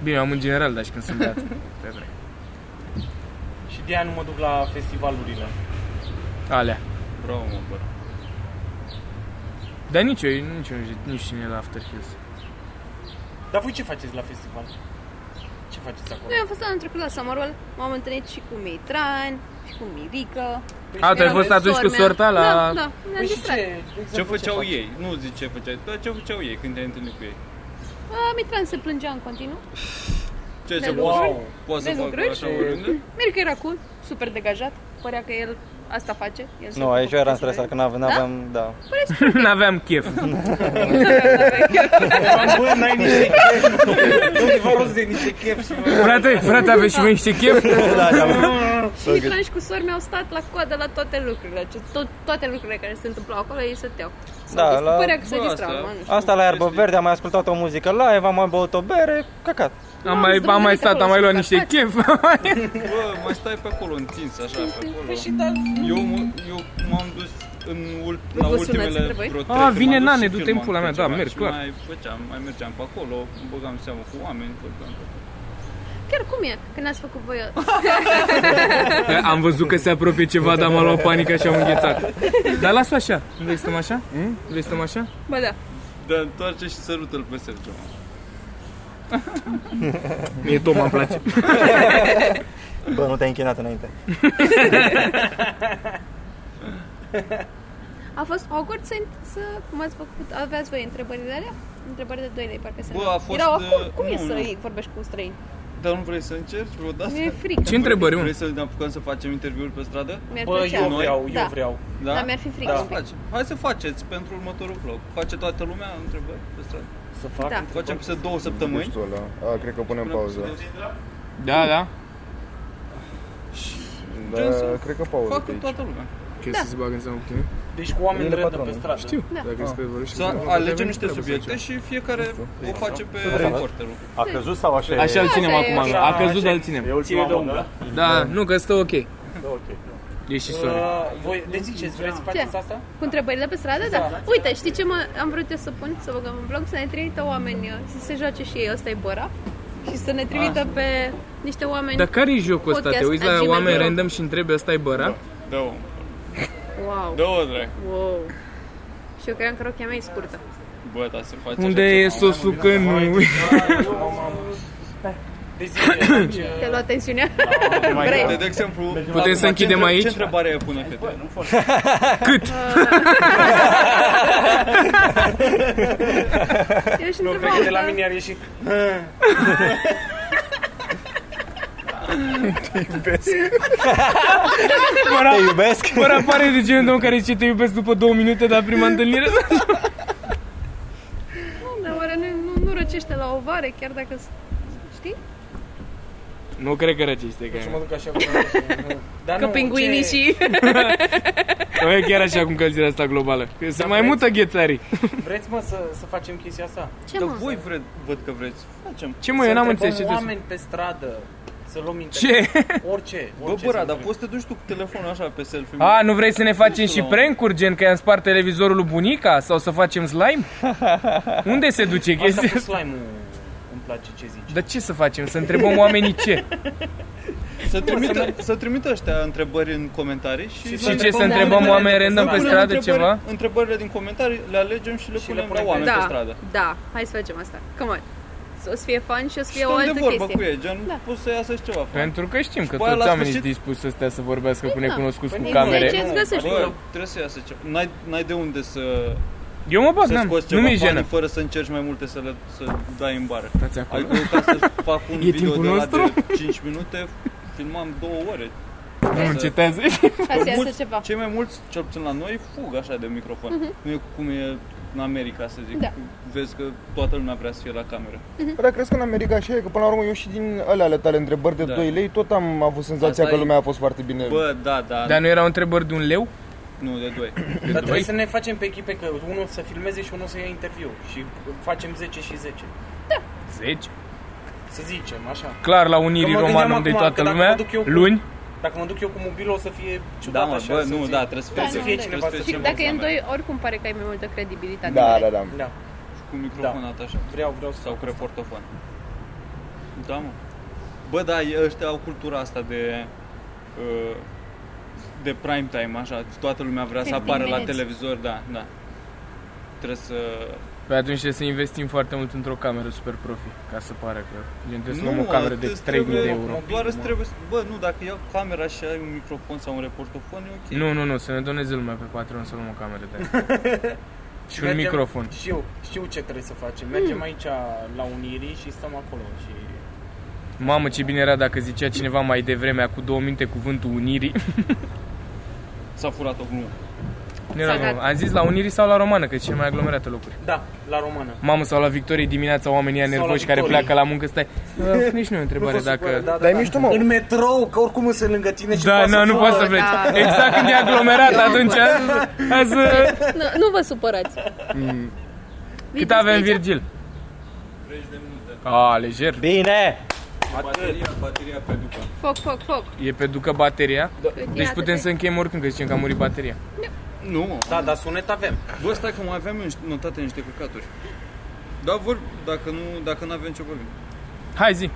Bine, eu am în general, dar și când sunt beat. Pe vrei. Și de aia nu mă duc la festivalurile. Alea. Bravo, mă, bă. Dar nici eu, nici eu, nu știu- nici cine e la After Hills. Dar voi ce faceți la festival? Ce faceți acolo? Noi am fost anul trecut la Samarol, m-am întâlnit și cu Meitran, și cu Mirica. A, tu ai Eram fost atunci cu sora mea. sorta la... Da, da, ne-am Păi și distrat. ce, de exemplu, Ce făceau faci? ei? Nu zici ce făceai, dar ce făceau ei când te-ai întâlnit cu ei? A, Mitran se plângea în continuu. Ce Vezi se Wow! Poți să Vezi fac lucruri? așa oriunde? Mirica era cool, super degajat, părea că el asta face. El se Nu, ocupă aici cu eu eram chestiile. stresat, că n-aveam, n-aveam, da. N-aveam chef. Bă, n-ai niște chef! Nu, vă rost de niște chef și vă... Frate, frate, aveți și voi niște chef? Da, da, Și Mitran și cu sor mi-au stat la coadă la toate lucrurile, ce, tot, toate lucrurile care se întâmplau acolo, ei stăteau. Da, Da, la... la- Părea că se Bă, distrau, asta- mă, nu știu. Asta la iarbă verde, am mai ascultat o muzică live, am mai băut o bere, căcat. Am mai, am mai stat, am mai luat niște chef. Bă, mai stai pe acolo întins, așa, pe acolo. Păi și da, Eu, mă- eu m-am dus în ul, Nu la vă sunați ultimele între voi? vreo A, trei, Ah, vine m-am dus Nane, și du-te filmam în pula mea, pe da, ceva merg, și clar. Mai făceam, mai mergeam pe acolo, îmi băgam seama cu oameni, vorbeam cu Chiar cum e că n-ați făcut voi Am văzut că se apropie ceva, dar m-a luat panica și am înghețat. Dar las-o așa. Vrei să stăm așa? Vrei să stăm așa? Bă, da. Dar întoarce și sărută-l pe Sergio. mă. Mie Toma îmi place. Bă, nu te-ai închinat înainte. A fost awkward să, să cum ați făcut, aveați voi întrebările alea? Întrebări de doilei, parcă se Bă, numea. a fost, Erau uh, acum, cum e nu, să nu. îi vorbești cu un străin? Dar nu vrei să încerci vreodată? Mi-e frică. Ce întrebări, mă? Vrei să ne apucăm să facem interviuri pe stradă? Mi-ar bă, plăcea. eu vreau, Da. eu vreau. Da? Dar mi-ar fi frică. Da. Da. Îți place. Hai să faceți pentru următorul vlog. Face toată lumea întrebări pe stradă. Să fac Da. întrebări. Facem peste două Nu săptămâni. știu ăla. A, cred că punem pauză. Da, da. Da, cred că pauză Fac Da. pe cu aici. toată lumea. Chestia să se bagă în seama cu tine? Deci cu oameni Ele rădă patronul. pe stradă. Știu. Da. Ah. Dacă îți vorbești. Să alegem niște subiecte și fiecare o face pe reporterul. A căzut sau așa? Așa îl ținem Asta acum, e mă. a căzut, dar îl ținem. Ține de umbră. Da, nu, că stă ok. E și sorry. Uh, Voi, deci ziceți, vreți să faceți Ce? asta? Cu întrebările pe stradă? Da. Uite, știi ce mă, am vrut eu să pun, să băgăm în vlog, să ne trimită oameni, uh, să se joace și ei, ăsta e bora, și să ne trimită Ah. pe niște oameni. Dar care e jocul ăsta? Te Podcast uiți at la gmail oameni punct ro. random și întrebi ăsta e băra? Dă-o. Wow. Dă-o, drag. Wow. Și eu cream că rochia mea e scurtă. Bă, dar se face Unde așa e ceva, mă. sosul că nu? Deci ziceți, Te-a luat tensiunea? Ah, De, de exemplu, să acum, ce închidem întreb- aici? Ce întrebare ai pune fete? Eu și cred că de la întrebam. mine ar ieși. Te iubesc? Băra pare de genul de om care zice te iubesc după două minute, dar prima întâlnire... Dar oare nu, nu, nu răcește la ovare, chiar dacă... s- Știi? Nu cred că răcește că Și mă duc așa cu... Dar Că nu, pinguinii ce- și... O, e chiar așa cu încălzirea asta globală. Că se mai mută ghețarii. Vreți, mă, să, să facem chestia asta? Ce Dar mă? voi vred, văd că vreți. Facem. Ce mă, eu n-am Să înțeles ce întrebăm te spun. oameni pe stradă, să luăm interviu. Ce? Orice, Bă, orice. băra, să dar întrebăm. poți să te duci tu cu telefonul așa pe selfie. A, nu vrei să ne facem și știu. prank-uri, gen că i-am spart televizorul lui bunica? Sau să facem slime? Unde se duce Asta chestia cu asta? slime îmi place ce zici. Dar ce să facem? Să întrebăm oamenii ce? Să trimită, să trimită ăștia întrebări în comentarii și... Și ce, le Și ce, întrebăm să întrebăm oamenii- oameni random să pe punem stradă întrebări- ceva? Întrebările din comentarii le alegem și le Și le punem la punem pe- oameni pe Da, stradă. da, hai să facem asta. Come on. O să fie fun și o să Și fie o stăm altă de vorbă chestie. cu ei, gen, Da. poți să iasă și ceva. Pentru că știm că după aia, toți la oamenii sunt sfârșit- dispuși ăstea să vorbească cu Păi da. necunoscuți cu Păi Deci camere. îți găsești. Bă, trebuie să iasă ceva. N-ai, n-ai de unde să, Eu mă bag, să n-am. scoți nu ceva mi-e banii jenă. fără să încerci mai multe să le să dai în bară. Stați acolo. Ai căutat să fac un E video timpul de la nostru? de 5 minute, filmam 2 ore. Nu încetează. Hai să iasă Mulți- ceva. Cei mai mulți, cel puțin la noi, fug așa de microfon. Nu e cum e în America, să zic. Da. Vezi că toată lumea vrea să fie la cameră. Bă, Dar crezi că în America așa e? Că până la urmă eu și din alea ale tale întrebări de Da. 2 lei tot am avut senzația Asta că e. lumea a fost foarte bine. Bă, da, da, Dar nu erau întrebări de un leu? nu, de doi. Dar trebuie să ne facem pe echipe că unul să filmeze și unul să ia interviu și facem 10 și 10. 10. Să zicem, așa. Clar, la Unirii Că mă Roman gândeam unde e acum toată că dacă lumea, mă duc eu cu- luni, Dacă mă duc eu cu mobilul o să fie ciudat Da, mă, așa. bă, să nu, zic. da, trebuie să Da, fie, nu, trebuie da. să fie Dacă cineva Și să dacă e în examen. doi, oricum pare că ai mai multă credibilitate. da, da, da. Da, Cu microfon Da. atașat. vreau, vreau să Sau cu reportofon. Da, mă. Bă, da, e- ăștia au cultura asta de... uh, de prime time, așa. Toată lumea vrea să 15 apară la minutes. televizor, da, da. Trebuie să... Păi atunci trebuie să investim foarte mult într-o cameră super profi, ca să pară că gen, trebuie să luăm o mă, cameră de îți 3000 de trebuie- euro. Doar îți trebuie să... Bă, nu, dacă iau camera și ai un microfon sau un reportofon, e ok. Nu, nu, nu, să ne doneze lumea pe Patreon să luăm o cameră de aia. Și un Mergem- microfon. Știu, știu ce trebuie să facem. Mergem aici la Unirii și stăm acolo și Mamă, ce bine era dacă zicea cineva mai devreme, cu două minute, cuvântul Unirii. S-a furat o glumă. Nu era S-a dat. glumă. Am zis la Unirii sau la Romană, că sunt cele mai aglomerate locuri. da, la română. Mamă, sau la Victorie dimineața, oamenii aia Sau la nervoși care Victoriei. pleacă la muncă, stai. "Bă, Nici nu e o întrebare dacă... da, Dar e mișto, mă. În metrou, că oricum sunt lângă tine și Da, poate nu, să nu fă- poți să pleci. da. Exact când e aglomerat, atunci uh, hai să... Nu, nu vă supărați. Mm. Cât Vedeți avem, aici? Virgil? 30 de minute. A, lejer. Bine! Foc, foc, foc. Da, E pe ducă bateria. Deci Da. Ia, putem dă-te. să încheiem oricând, că zicem că a murit bateria. Nu, mă. Da, dar sunet avem. Bă, stai că mai aveam eu niște- notate niște căcaturi. Da, vor, dacă nu, dacă nu avem ce vorbim. Hai zi.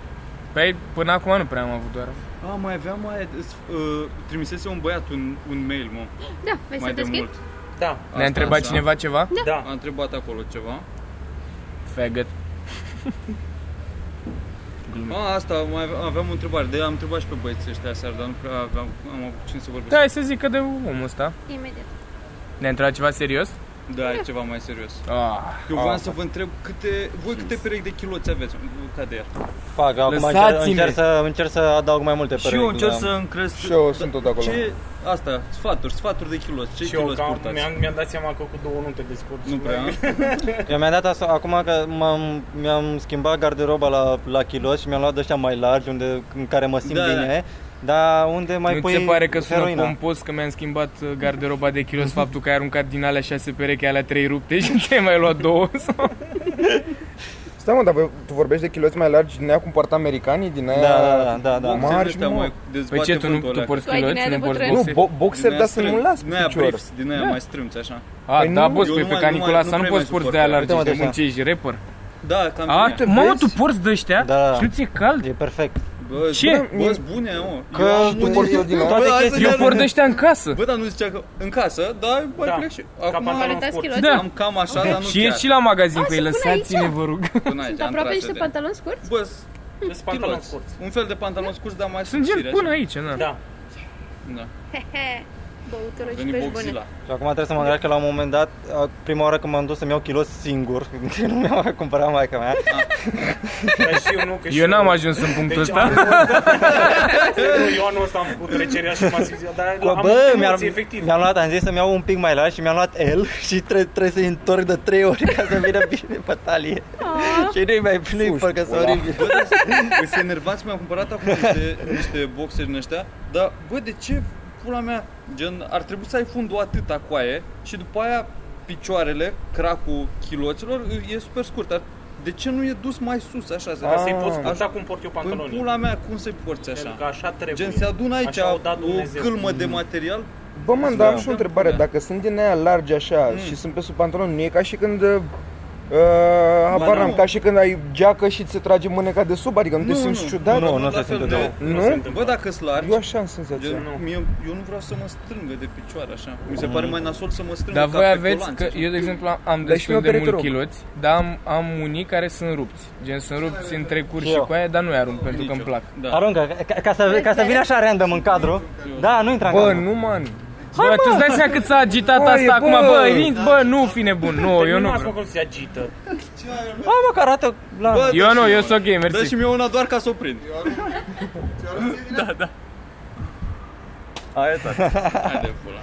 Păi până acum nu prea am avut doar. A, mai aveam mai... Uh, trimisese un băiat un, un mail, mă, Da, vrei să mai de deschid? mult. Da, Ne-a Asta, întrebat așa. cineva ceva? da. A întrebat acolo ceva. Faggot. A, asta, mai ave- aveam o întrebare. De am întrebat și pe băieții ăștia aseară, dar nu prea aveam, am avut cine să vorbesc. Da, hai să zic că de omul ăsta. Imediat. Ne-a întrebat ceva serios? Da, e ceva mai serios. Ah. Eu voiam să vă întreb câte, voi câte perechi de chiloți aveți? Nu Cade iar. Fac, acum încerc, Lăsați-ne. încerc, să, încerc să adaug mai multe Și eu păreri, încerc da. să încresc. Și eu sunt tot acolo. Ce, asta, sfaturi, sfaturi de chiloți. Ce Și eu chiloți ca, purtați? mi-am, mi-am dat seama că cu două nu te descurci. Nu prea. a? Eu mi-am dat asta acum că m-am, mi-am schimbat garderoba la, la kilos și mi-am luat de ăștia mai largi unde, în care mă simt Da, da. bine. Dar unde mai Nu ți pui păi, se pare că sună heroina? pompos că mi-am schimbat uh, garderoba de Mhm. kilos faptul că ai aruncat din alea șase pereche, alea trei rupte și ți-ai mai luat două? Sau? Stai mă, dar voi- tu vorbești de kiloți mai largi, ne-a cumpărat americanii din aia Da, da, da, da, da. Mari, Ăștia, mă. mă, Păi dezbate ce, tu nu vântul tu ăla. porți Tu ai din chiloți, aia nu de porți bătrân? Nu, boxe? bo- boxer, Din aia dar să nu-l strâmb. las pe Nu aia picior. briefs, din Da. aia mai strâmți, așa. A, Păi da, nu, boss, eu păi nu pe mai- nu mai- Canicula nu asta nu prea poți mai porți suport de aia pe largi, Uite-mă de de munce, ești rapper. Da, cam A, bine. te, mamă, tu Vezi? porți de ăștia Da. și nu ți-e cald? E perfect. Bă, Ce? Bă, sunt bune, mă. Că Eu am tu unii- porți ordinal? Bă, Toate hai să chestiile- ne Eu Iar- port de ăștia în casă. Bă, dar nu zicea că în casă, dar mai Da. plec și... Ca pantaloni Arătați scurți. chiloți? Da. Am cam așa, dar nu Și e chiar. și la magazin A, cu ei, se pune lăsați-ne aici. vă rug. Până aici, Sunt am aproape tras niște de- pantaloni scurți? Bă, sunt Sunt pantaloni chiloți. scurți. Un fel de pantaloni scurți, dar mai Sunt subțiri, gen până așa. aici, na. Da. Da. Hehe. Băutură și A venit pești bune. Boxila. Și acum trebuie să mă gândesc că la un moment dat, a- prima oară când m-am dus să-mi iau kilos singur, că nu mi-a mai cumpărat maica mea, Dar și eu nu, că și Eu n-am ajuns în punctul Deci ăsta. anul ăsta- Nu, eu anul ăsta am făcut trecerea și m-am simțit, dar Bă, am bă mi mi-am, efectiv. mi-am luat, am zis să-mi iau un pic mai larg și mi-am luat L și tre- trebuie să-i întorc de trei ori ca să vină bine pe talie. și nu-i mai nu-i Fuși, parcă să pula. oribil. Bă, dar sunt enervați, mi-am cumpărat acum niște, niște boxeri din ăștia, dar bă, de ce pula mea, gen, ar trebui să ai fundul atâta coaie și după aia picioarele, cracul chiloților e super scurt. Dar de ce nu e dus mai sus așa? Să Ca să-i Păi, poți purta cum port eu pantalonii. pula mea, cum se porți Pentru așa? că așa trebuie. Gen, se adună aici Așa au dat o Dumnezeu. câlmă de material Bă, man, dar am Da. și o întrebare. Da. Dacă sunt din aia largi așa Mm. și sunt pe sub pantalon, nu e ca și când... Uh, Ba, habar nu. n-am, ca și când ai geacă și ți se trage mâneca de sub, adică nu, Nu, te simți nu. ciudat? Nu, la nu se fel simte de- nou. Nu? Nu se întâmplă. Bă, dacă sunt largi, Eu așa am senzația. eu, nu. Mie, eu nu vreau să mă strângă de picioare așa. Mi se Mm. pare mai nasol să mă strângă Dar ca voi pe aveți, colanți, că așa. eu de exemplu am- am Dar și destul mie de operatorul. mulți chiloți, dar am, am unii care sunt rupți. Gen sunt rupți între cur Și și eu. coaie, dar nu-i arunc pentru că Nicio. îmi plac. Da. Aruncă, ca, ca, să, ca să vină așa random în cadru. Da, nu intra în Bă, cadru. nu, man. Bă, tu îți dai seama cât s-a agitat Bă, asta e, acum, bă. bă, mint, bă, nu fi nebun, nu, eu nu Terminați, mă, vreau. cum se agită. A, mă, că arată la... Bă, Eu nu, dă și eu mie sunt una. ok, Dă și mersi. mie una doar ca să o prind. da, da. Aia e tare. Haide, pula.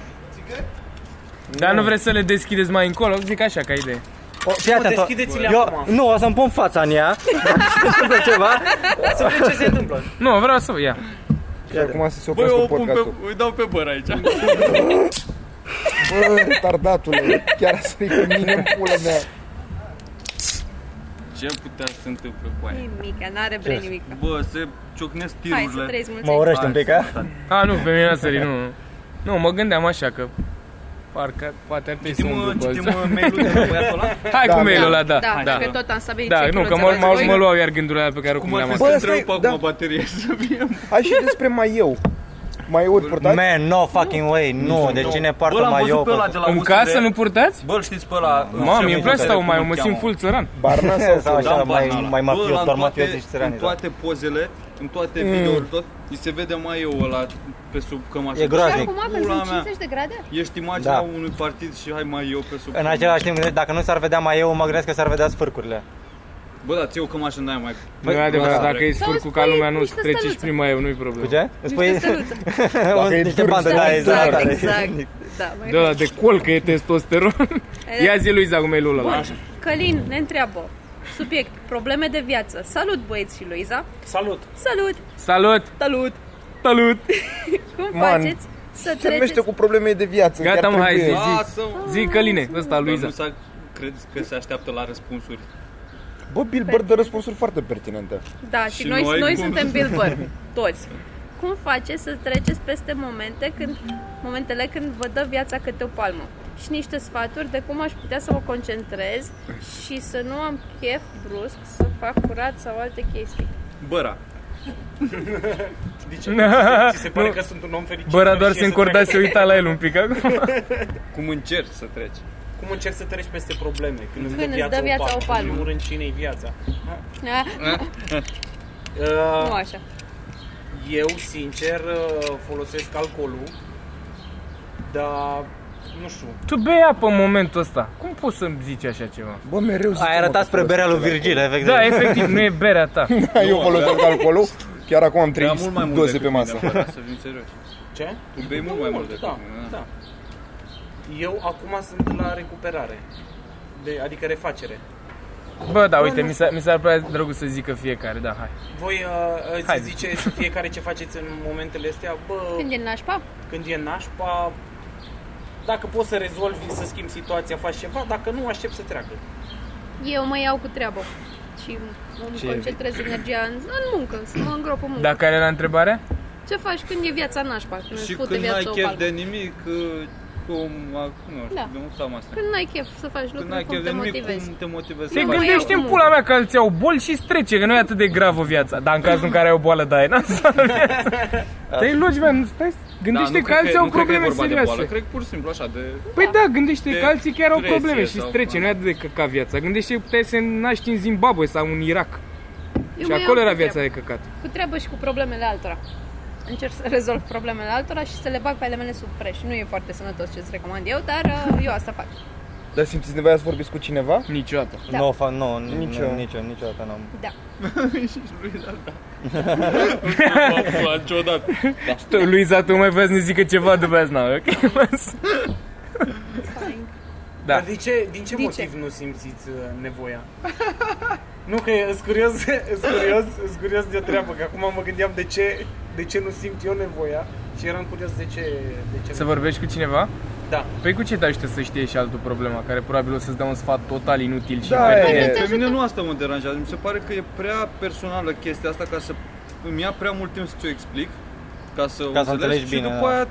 Dar nu vreți să le deschideți mai încolo? Zic așa ca idee. O, fii atent, deschideți-le eu, acum. Nu, o să-mi pun fața în ea. Să ceva. Să vedem ce se întâmplă. Nu, vreau să ia. Și acum să se Bă, oprească eu o pun pe, podcastul. îi dau pe băr aici. Bă, retardatule, chiar a sărit cu mine în pula mea. Ce putea să se întâmple cu aia? Nimica, n-are bre nimic. Bă, se ciocnesc Hai să tirurile. trăiți mulți Mă ani. urăști un pic, eh? a? A, nu, pe mine n-a sărit, nu. nu. Nu, mă gândeam așa că parcă poate ar trebui să umblu Citim, pe citim alții. mail-ul de la băiatul ăla? Hai cu mail-ul ăla, da. Da, Da, că tot am stabilit Păi, Da, ce nu, că culoțe mă, aveți mă, voi. mă luau iar gândul ăla pe care Cum oricum ar l-am fi avut. să stai, întreb acum da. baterie să fie? Hai și despre mai eu. Mai eu purtat? Man, no fucking way, nu, de cine Bă, poartă l-am mai văzut eu? pe ăla de la În USR. casă nu purtați? Bă, îl știți pe ăla? Mamă, mi-e place place să stau mai, mă simt full țăran. Barna sau Sau Turda? așa, Dan Da, mai, Barnala. mai Bă, mafios, ăla în doar toate- mafioți și țărani. În da. toate pozele, în toate Mm. videouri, tot, îi se vede mai eu ăla pe sub cămașă. E Și groaznic. acum Pula când sunt mea. 50 de grade? Ești imaginea Da. unui partid și hai mai eu pe sub În cămașă. același timp, gândesc, dacă nu s-ar vedea mai eu, mă gândesc că s-ar vedea sfârcurile. Bă, da, ți o cămașă n-ai mai... Nu e adevărat, lasă, dacă vrei. ești Sau fur cu îți ca pui lumea, nu niște treci și steluțe. prima eu, nu-i problemă. Cu ce? Îți pui Niște steluțe. o- e niște dur, bandă, stai, Păi, da, Exact, exact. da, da. exact. Da, mai Da, de col că e testosteron. Ia zi lui cu mailul ăla. Călin ne întreabă. Subiect, probleme de viață. Salut băieți și Luiza. Salut. Salut! Salut! Salut! Salut! Cum Man, faceți să Se numește treceți... cu probleme de viață. Gata, chiar mă, hai, trebuie. zi. Lasă-mă! Zi Căline, ăsta Dar Luiza. nu s-a... Credeți că se așteaptă la răspunsuri? Bă, Bill Bird dă răspunsuri foarte pertinente. Da, și, Și noi, noi noi, noi cum? suntem Billboard, toți. Cum faceți să treceți peste momente când, momentele când vă dă viața câte o palmă? Și niște sfaturi de cum aș putea să mă concentrez și să nu am chef brusc să fac curat sau alte chestii. Băra. De ce? Ți se pare Nu. că sunt un om fericit? Băra care doar știe se să încorda trece- se uita la el un pic acum. Cum încerci să treci? Cum încerci să treci peste probleme? Când îți dă Când îți viața, dă viața o palmă. În primul rând, cine-i viața? A, nu Uh, așa. eu, sincer, uh, folosesc alcoolul, dar nu știu. Tu bei apă în momentul ăsta. Cum poți să-mi zici așa ceva? Bă, mereu zic, Ai mă, arătat că spre berea lui Virgil, efectiv. Da, efectiv, nu e berea ta. folosesc- Eu folosesc alcoolul. Chiar acum am Bea trei doze pe decât masă. mine, bă, să fim serios. Ce? Tu bei mult mai mult decât da, mine, da. da. Eu acum sunt la recuperare. De, adică refacere. Bă, da, uite, mi s-ar, mi s-ar părea drăguț să zică fiecare, da, hai. Voi uh, Hai. îți ziceți fiecare ce faceți în momentele astea, bă, Când e nașpa? când e nașpa, dacă poți să rezolvi, să schimbi situația, faci ceva, dacă nu, aștept să treacă. Eu mă iau cu treabă și îmi Ce concentrez energia în, în muncă, să mă îngrop în muncă. Da. Dar care era întrebarea? Ce faci când e viața nașpa? Când îți Și fute când viața n-ai o chef palmă? de nimic, uh, cum acum, nu Da. știu, de mult am asta. Când n-ai chef să faci Când lucruri, n-ai cum chef te de nimic, motivezi? cum te motivezi Te să mă faci? gândești iau în cu pula mea că alții au boli și trece, că nu e atât de gravă viața. Dar în cazul în care ai o boală, da, e nasoală viața. Te-ai logi, bă, nu stai, Da, gândește nu că cred alții au nu cred că e probleme vorba de boală, serioase. Cred pur și simplu așa de... Păi da, gândește De că alții chiar au depresie probleme și sau- trece, nu e atât de căcat viața. Gândește că puteai să naști în Zimbabwe sau în Irak. Eu și mă iau acolo cu era viața treabă. de căcat. Cu treabă și cu problemele altora. Încerc să rezolv problemele altora și să le bag pe ale mele sub preș. Nu e foarte sănătos ce-ți recomand eu, dar uh, eu asta fac. Dar simțiți nevoia să vorbiți cu cineva? Niciodată. Da. Nu, fa- nu, nu, Nicio. nicio, niciodată n-am. Da. La ciudat. Da. Tu, Luiza, tu mai vrei să ne zică ceva după aia, na, ok? Da. Dar de ce, din ce De motiv nu simțiți uh, nevoia? nu, că e- sunt curios, sunt curios, sunt curios de o treabă, că acum mă gândeam de ce, de ce nu simt eu nevoia Și eram curios de ce... De ce Să vorbești cu cineva? Da. Păi cu ce dai și tu să știe și altul problema, care probabil o să-ți dea un sfat total inutil și Da, impertinent. e. Pe mine nu asta mă deranjează. Mi se pare că e prea personală chestia asta ca să îmi ia prea mult timp să ți-o explic. Ca să, Ca o să înțelegi și bine, după da. aia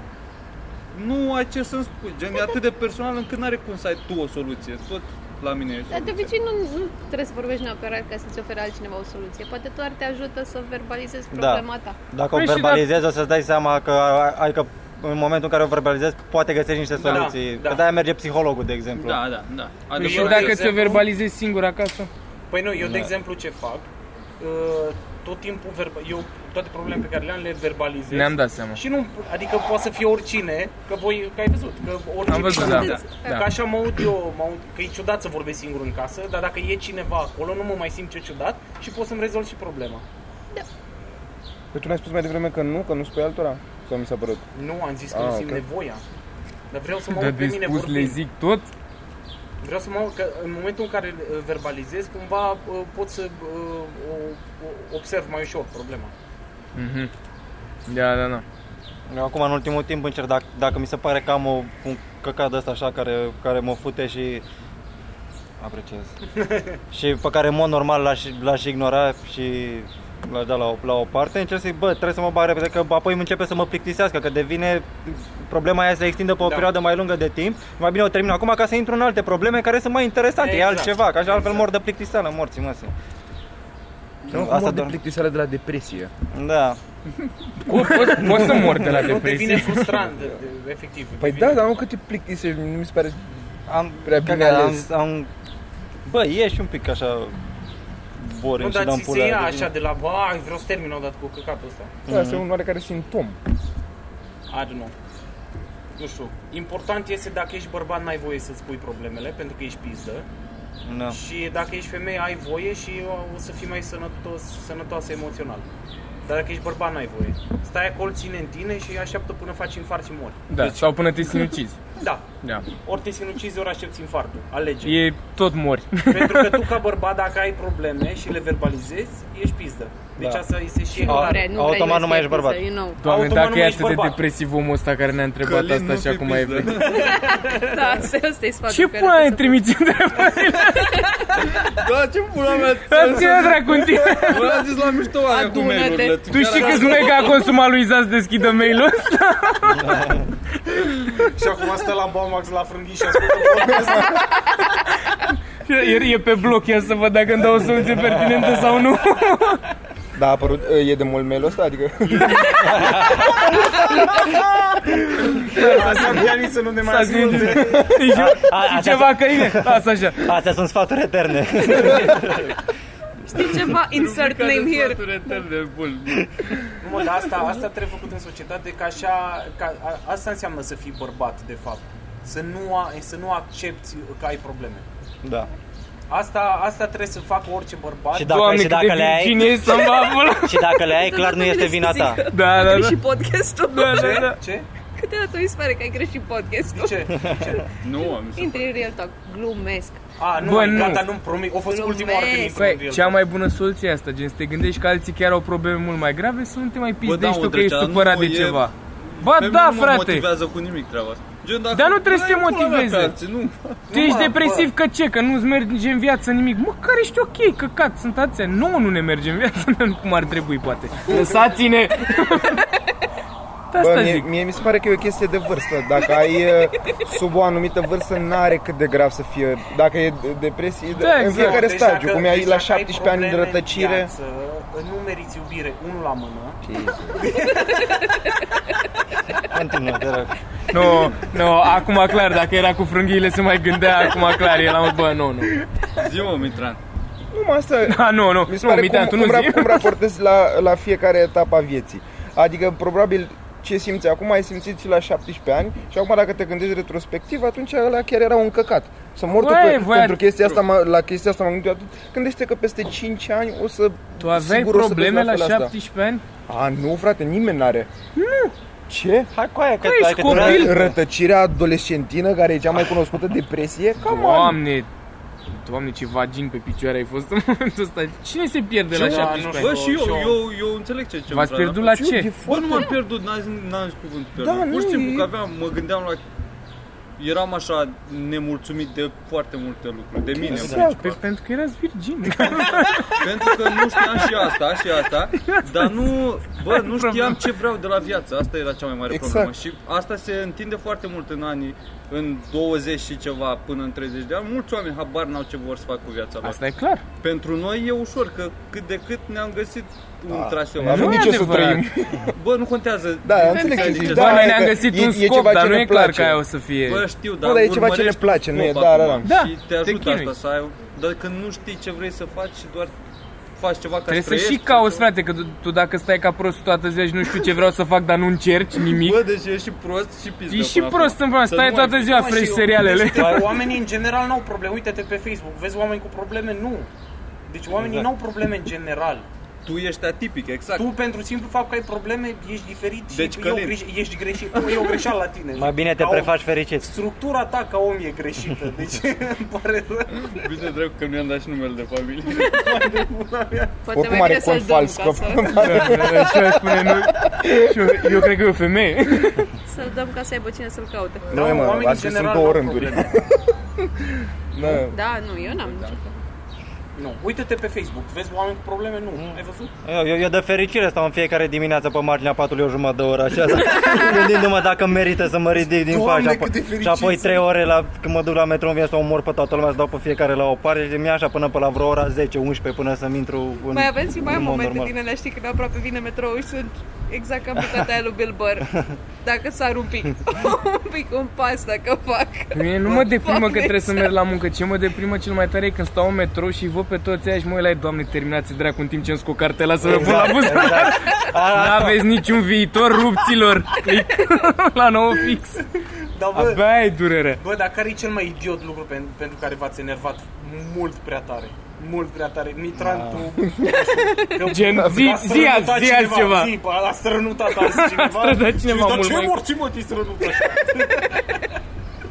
nu ai ce să-mi spui. Gen, Păi e da. atât de personal încât n-are cum să ai tu o soluție. Tot la mine e Dar Da, de soluția. obicei nu, nu trebuie să vorbești neapărat ca să-ți ofere altcineva o soluție. Poate doar te ajută să verbalizezi Da. problema ta. Dacă o Păi și verbalizezi, o să-ți dai seama că, adică, în momentul în care o verbalizezi, poate găsești niște Da, soluții. da. Că de-aia merge psihologul, de exemplu. Da, da, da. Păi și Adevărat. de dacă ți-o exemplu- verbalizezi singur acasă? Păi nu, Da. eu de exemplu ce fac, uh, tot timpul verba, eu toate problemele pe care le am le verbalizez. Ne-am dat seama. Și nu, adică poate să fie oricine, că voi, că ai văzut, că oricine Am văzut, da. Da. da. Că așa mă aud eu, mă aud, că e ciudat să vorbesc singur în casă, dar dacă e cineva acolo, nu mă mai simt eu ciudat și pot să-mi rezolv și problema. Păi tu n-ai spus mai devreme că nu, că nu spui altora? Sau mi s-a părut? Nu, am zis că Ah, nu simt ok. nevoia. Dar vreau să mă Dar aud pe de mine spus le vorbind. zic tot? Vreau să mă aud că în momentul în care uh, verbalizez, cumva uh, pot să uh, o- o- observ mai ușor problema. Mhm. Da, da, da. Eu Acum, în ultimul timp, încerc, dacă, dacă mi se pare că am o, un căcat de ăsta așa care, care mă fute și apreciez. și pe care, în mod normal, l-aș, l-aș ignora și l-aș da la o, la o parte, încerc să-i, bă, trebuie să mă bag repede, că apoi îmi începe să mă plictisească, că devine, problema aia se extinde pe o Da. perioadă mai lungă de timp, mai bine o termin acum ca să intru în alte probleme care sunt mai interesante, Exact. e altceva, că așa altfel Exact. mor de plictiseală, morții măsii. Nu, Asta asta de doar- plictiseală de la depresie. Da. Cum poți, poți să mor de la Nu devine depresie? frustrant, de- de- efectiv. Păi devine- da, dar nu că te plictisești, nu mi se pare... Am, Prea bine caca, ales. Am, am, bă, ieși un pic așa boring Nu, și dar dăm ți se ia pula. așa de la, bă, ai, vreau să termin odată cu căcatul ăsta. Mm. Da, asta e un oarecare simptom. I don't know. Nu știu. Important este dacă ești bărbat, n-ai voie să-ți pui problemele, pentru că ești pizdă. Da. Și dacă ești femeie, ai voie și o să fii mai sănătos, sănătoasă emoțional. Dar dacă ești bărbat, n-ai voie. Stai acolo, ține în tine și așteaptă până faci infart și mori. Da, sau până te sinucizi. Da. Da. Ori te sinucizi, ori aștepți infartul. Alege. E tot mori. Pentru că tu, ca bărbat, dacă ai probleme și le verbalizezi, ești pizdă. Deci Da. asta este și Au- Nu clar. vrei, nu automat vrei nu mai ești să fie bărbat. pusă, You know. Doamne, Automat dacă nu e mai atât ești de bărbat. depresiv omul ăsta care ne-a întrebat Călin, asta nu și fi acum e... pizdă. Da, serios, te-ai sfatul Ce care pula trebuie ai să- trimiți întrebări? Da, ce pula mea Ține dracu în tine! Mă a zis la mișto aia cu Adună-te. mail-urile. Tu știi câți mega a consumat lui Iza să deschidă mail-ul ăsta? Și acum stă la Baumax la frânghii și ascultă E, e pe bloc, ia să văd dacă îmi dau o soluție pertinentă sau nu. Da, a apărut, e de mult mailul ăsta, adică... Asta să nu ne mai Asta e și- a- și ceva căine. Lasă așa. Astea sunt sfaturi eterne. Știi ceva? Insert name here. Da, de bun. Nu, mă, dar asta, asta trebuie făcut în societate că așa, ca, a, asta înseamnă să fii bărbat, de fapt. Să nu, a, să nu accepti că ai probleme. da. Asta, asta trebuie să facă orice bărbat. Și Și da- Dacă- Doamne, și cât dacă de le ai- virgin ești să mă apul. Și dacă le ai, clar nu este vina ta. Da, da, Ai da. greșit podcastul. Da, da, da. Ce? Câteodată mi se pare că ai greșit podcastul. Ce? Ce? Nu, mi se Intri în real talk. Glumesc. A, nu, Bă, Bă, nu. gata, nu-mi promit. O fost Glumesc. ultima oară când intru în Păi, real. cea mai bună soluție e asta, gen, să te gândești că alții chiar au probleme mult mai grave să nu te mai da, pizdești tu că Andrei, ești dar nu supărat de e- ceva. Ba Pe da, mine Nu mă frate, motivează cu nimic treaba asta. Gen, dacă Dar nu trebuie să te Ai pula mea pe motiveze. alții, nu. tu ești depresiv că ce, că nu-ți merge în viață nimic. Mă, care ești ok, căcat, sunt atâția. Nu, nu ne merge în viață, nu cum ar trebui, poate. Lăsați-ne! De Bă, asta mie, zic. mie mi se pare că e o chestie de vârstă. Dacă ai uh, sub o anumită vârstă, n-are cât de grav să fie. Dacă e de- depresie, Da, da, în exact. fiecare Deci stagiu, dacă- cum e deci la dacă ai 17 ani de probleme în rătăcire. viață, Nu meriți iubire, unul la mână. Continuă, te rog. Nu, no, nu, no, acum clar, dacă era cu frânghiile se mai gândea, acum clar, el am bă, nu, nu. Zi, mă, Mitran. Nu, mă, asta Da, nu, nu, mi se nu, pare Mitean, tu cum, nu cum, zi. rap- cum raportezi la, la fiecare etapă a vieții. Adică, probabil, ce simți acum, ai simțit și la 17 ani și acum dacă te gândești retrospectiv, atunci ăla chiar era un căcat. Să mor tu Băi, pe, voi pentru ați- chestia asta, mă, la chestia asta m-am gândit eu atât. Gândește că peste 5 ani o să... Tu aveai sigur o să probleme vezi la fel asta. 17 ani? A, nu, frate, nimeni n-are. Nu. Ce? Hai cu aia, că, Păi, hai că scopil. durează. Rătăcirea adolescentină, care e cea mai cunoscută depresie? Cam Doamne, doamne, ce vagin pe picioare ai fost în momentul ăsta. Cine se pierde la Da, 17 nu ani? Bă, și eu, Și eu. eu, eu înțeleg ce ce V-ați pierdut la ce? Bă, nu m-am pierdut, n-am n-am zis cuvântul pierdut. Da, Pur și nu, simplu e- că aveam, mă gândeam la... Eram așa nemulțumit de foarte multe lucruri, de mine. Exact. principal. Pe, pentru că erați virgin. Pentru că nu știam și asta, și asta, dar nu, bă, nu știam ce vreau de la viață. Asta era cea mai mare Exact. problemă. Și asta se întinde foarte mult în anii, în 20 și ceva până în 30 de ani. Mulți oameni habar n-au ce vor să fac cu viața lor. Asta e clar. Pentru noi e ușor, că cât de cât ne-am găsit un traseu. Avem Nu e nici să adevărat. trăim. Bă, nu contează. Da, înțeleg ce ce zici, zici. Da, da, Bă, noi e ne-am că găsit e- un e ceva scop, dar ce nu ne e clar place. că aia o să fie. Bă, știu, dar dar e ceva ce urmărești ne place, nu e- scop da, acum da, da. Și te Da, te ajută chinui. asta să ai... Dar când nu știi ce vrei să faci și doar faci ceva ca Trebuie să trăiești, și cauți, frate, că tu, tu dacă stai ca prost toată ziua și nu știu ce vreau să fac, dar nu încerci nimic, Bă, deci ești și prost și pizdă e și până prost acum. în plan, Să stai nu ai- toată ziua, Mă, și frești eu- serialele. da. deci, Oamenii în general n-au probleme. Uite-te pe Facebook, vezi oameni cu probleme? Nu. Deci oamenii n-au probleme în general. Tu ești atipic, exact. Tu pentru simplu fapt că ai probleme, ești diferit și Deci, deci, eu Călin. greș, ești greșit. Tu, eu greșeală la tine. Mai bine te Ca om. prefaci fericit. Structura ta ca om e greșită, deci îmi pare rău. Bine drept că nu i-am dat și numele de familie. Poate Oricum mai are bine să-l cont dăm fals, ca că să, Și eu aș spune, nu, și eu, eu cred că e o femeie. să-l dăm ca să aibă cine să-l caute. Nu, e, Oamenii mă, în a scris în general două n-au rânduri. probleme. Da. Da, nu, eu Exact. n-am nicio. Nu, uite-te pe Facebook, vezi oameni cu probleme? Nu. Ai văzut? Eu, eu, eu de fericire stau în fiecare dimineață pe marginea patului o jumătate de oră așa, gândindu-mă dacă merită să mă ridic din Doamne, faci. cât de Apoi, fericit și apoi sunt. trei ore la, când mă duc la metrou, îmi vine să omor pe toată lumea, să dau pe fiecare la o parte și mi așa până pe la vreo ora 10, 11 până să-mi intru în Mai avem Păi și mai în am mod momente normal. din ele, știi, când aproape vine metrou și sunt exact ca bucata aia lui Bill Burr. Dacă sar un pic, un pic un pas dacă fac. Pe mine nu mă deprimă că Doamne, trebuie să merg la muncă. Ce mă deprimă cel mai tare e când stau în metrou și văd pe toți aia și mă uit la ei, doamne, terminați dracu în timp ce îmi scot cartela să vă pun la Exact, buză. exact. A, N-aveți niciun viitor, rupților. Click. la nou fix. Dar bă, Abia ai durerea. bă, dar care e cel mai idiot lucru pentru, pentru care v-ați enervat mult prea tare? Mult prea tare. Mitran, tu... Că- Gen, a zi- zi da, azi, strănutat zi cineva, azi ceva. Zi, bă, a strănutat azi cineva. strănutat Și cineva zici, Dar mult ce mai- morții mă, te strănut așa?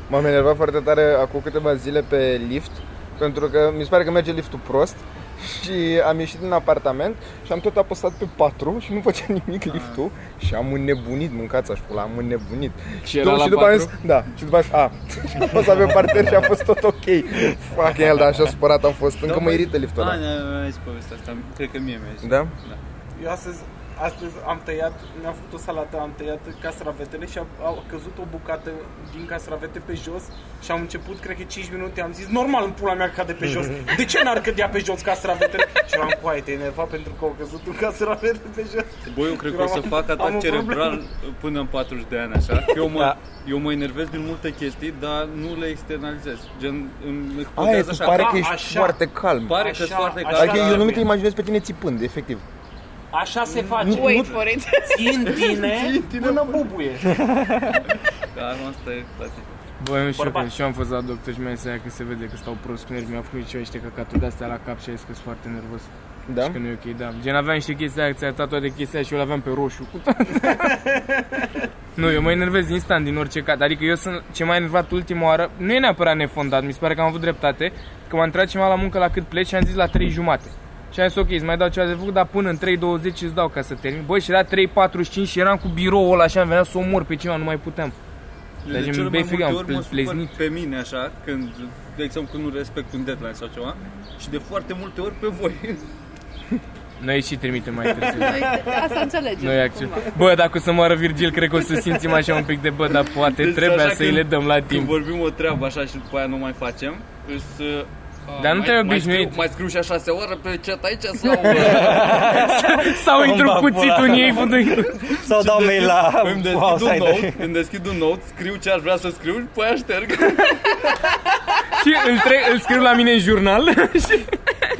M-am enervat foarte tare acum câteva zile pe lift Pentru că mi se pare că merge liftul prost Și am ieșit din apartament Și am tot apăsat pe 4 Și nu făcea Ah. nimic liftul Și am înnebunit, mâncați aș pula, am înnebunit Și era du- la și după am 4? zis, da, și după am zis, a, am apăsat pe parter și a fost tot ok Fuck el, dar așa supărat am fost, încă mă irită liftul Da, ăla mi-a zis povestea asta. Cred că mie mi-a zis. Da? Eu astăzi, astăzi am tăiat, mi-am făcut o salată, am tăiat castravetele și a, a căzut o bucată din castravete pe jos și am început, cred că 5 minute, am zis, normal, în pula mea cade pe jos. De ce n-ar cădea pe jos castravetele? Și eram cu aia, te enerva pentru că au căzut un castravete pe jos. Bă, eu cred că o să Am- fac am atac o cerebral problemă. până în 40 de ani, așa. Eu mă, Da. eu mă enervez din multe chestii, dar nu le externalizez. Gen, îmi Aia, explodează tu așa. pare da, că ești așa. foarte calm pare Așa, că sunt foarte așa. gata. Adică da, eu nu da, mi bine. te imaginez pe tine țipând, efectiv Așa se face. Wait for it. Țin tine, până bubuie. Da, nu asta e, frate. Bă, eu și eu, Bărbat. când- și eu am fost la doctor și mi-a zis aia că se vede că stau prost cu nervi, mi-a făcut și eu niște căcaturi de-astea la cap și a zis că sunt foarte nervos Da? și că nu e ok, da. Gen aveam niște chestii aia, ți-a tatuat de chestia aia și eu le aveam pe roșu cu toate. Nu, eu mă enervez instant din orice caz, adică eu sunt ce mai enervat ultima oară, nu e neapărat nefondat, mi se pare că am avut dreptate, că m-a întrebat cineva la muncă la cât pleci și am zis la 3 jumate. Și am zis ok, îți mai dau ce ați făcut, dar până în 3.20 îți dau ca să termin. Băi, și era 3.45 și eram cu biroul ăla și am venea să omor pe cineva, nu mai puteam. Eu Deci de îmi cele mai bei frică, multe am ori mă supăr pleznit. pe mine așa, când, de exemplu, când nu respect un deadline sau ceva, și de foarte multe ori pe voi. Noi și trimitem mai târziu. Deci, Noi- Păi, Asta înțelegem. Noi acțiuni. cumva. Bă, dacă o să moară Virgil, cred că o să simțim așa un pic de bă, dar poate Deci trebuia așa să-i când- le dăm la Când timp. vorbim o treabă așa și după aia nu mai facem, îs, uh, Dar nu mai- te-ai mai obișnuit. scriu- Mai scriu și a șasea oră pe chat aici sau... uh, Sau intru Bomba, cuțit pula. în ei, vându-i- Sau dau mail la Îmi deschid wow, un outsider. note, îmi deschid un note, scriu ce aș vrea să scriu și după aia șterg. și îl, tre- îl scriu la mine în jurnal și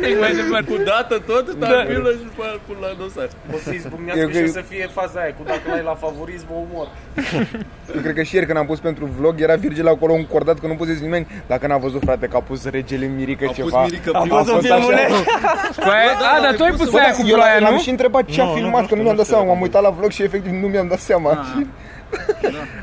trec mai Cu departe. dată tot, dar da. și după aia îl pun la dosar. Deci O să Eu izbucnească și cred- o să fie faza aia, cu dacă l-ai la favorit, mă omor. Eu cred că și ieri când am pus pentru vlog era Virgil acolo încordat că nu pusese nimeni Dacă n-a văzut frate că a pus regele Mirică A pus ceva Mirică A prima. fost Să așa. filmule. Cu aia, a, dar tu ai pus Bă, aia da, cu eu ploaia, l-am nu? și întrebat ce Nu, a nu, filmat, nu că nu știu, mi-am nu dat știu seama, m-am dacă- uitat la vlog și efectiv nu mi-am dat seama. Ah.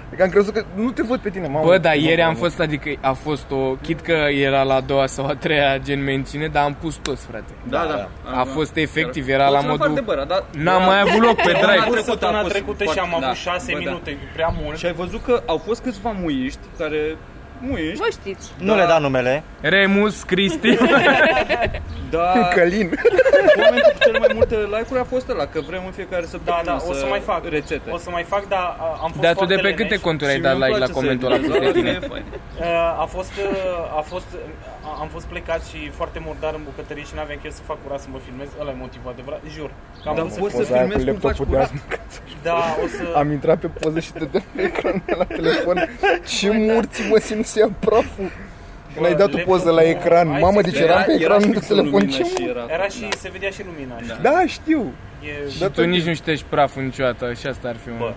Adică am crezut că nu te văd pe tine, mamă. Bă, dar Nu, ieri am mamă. fost, adică a fost o... Chit că era la a doua sau a treia gen mențiune, dar am pus toți, frate. Da, da. A fost efectiv, era la modul... Băra, da, N-am mai avut loc pe Am drive. avut săptămâna a fost trecută și foarte- am da, avut 6 bă, da. minute, prea mult. Și ai văzut că au fost câțiva muiști care... Muiști, Vă știți. Nu le da numele. Remus, Cristi. dar Călin. momentul cu cele mai multe like-uri a fost ăla, că vrem în fiecare Da, săptămână da, o să mai fac. uh, rețete. O să mai fac, dar a, am fost Dar tu de pe foarte câte leneș. conturi Și ai da mie dat îmi like la place să comentul ăla pus de editez, tine? e fain. Uh, A fost, uh, a fost, a- am fost plecat și foarte murdar în bucătărie și n-aveam chef să fac curat să mă filmez. Ăla e motivul adevărat, jur. Că am Dar vrut să- poți Da, să Poza aia cu filmezi cum faci laptopul de curat. azi. da, o să... Am intrat pe poză și te dăm pe ecran la telefon. Ce murți mă simți ia praful. Când ai dat o poză la laptopul- ecran, hai mamă, să deci fie- eram pe Era- era ecran și de fixul telefon. lumină Ce și mult? era... Era și, se vedea și lumina. Da. Da, știu. E, Și tu nici nu ștești praful niciodată și asta ar fi un... Bă.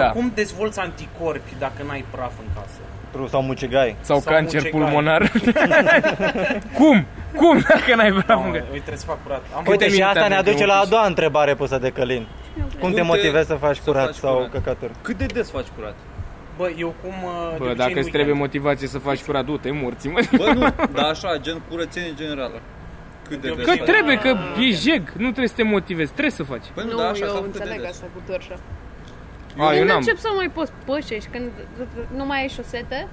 Da. Cum dezvolți anticorpi dacă n-ai praf în casă? Pru- Sau mucegai. Sau Sau cancer mucegai. pulmonar. Cum? Cum dacă n-ai vrut Mamă, muncă? Uite, trebuie să fac curat. Am Câte Uite, și minute asta ne avem de aduce la a opus? doua întrebare pusă de Călin. Cum te te- motivezi să faci curat faci sau curat? căcaturi? Cât de des faci curat? Bă, eu cum... uh, de Bă, obicei, dacă în îți trebuie weekend- motivație să faci curat, du-te, morți, mă. Bă, nu, dar așa, gen curățenie generală. Cât de Eu des Că cred faci? trebuie, că e jeg, nu trebuie să te motivezi, trebuie să faci. Păi Nu, da, așa eu s-a făcut de înțeleg des. asta cu torșa. A, Ah, eu Când n-am. încep să mai poți pășești, când nu mai ai șosete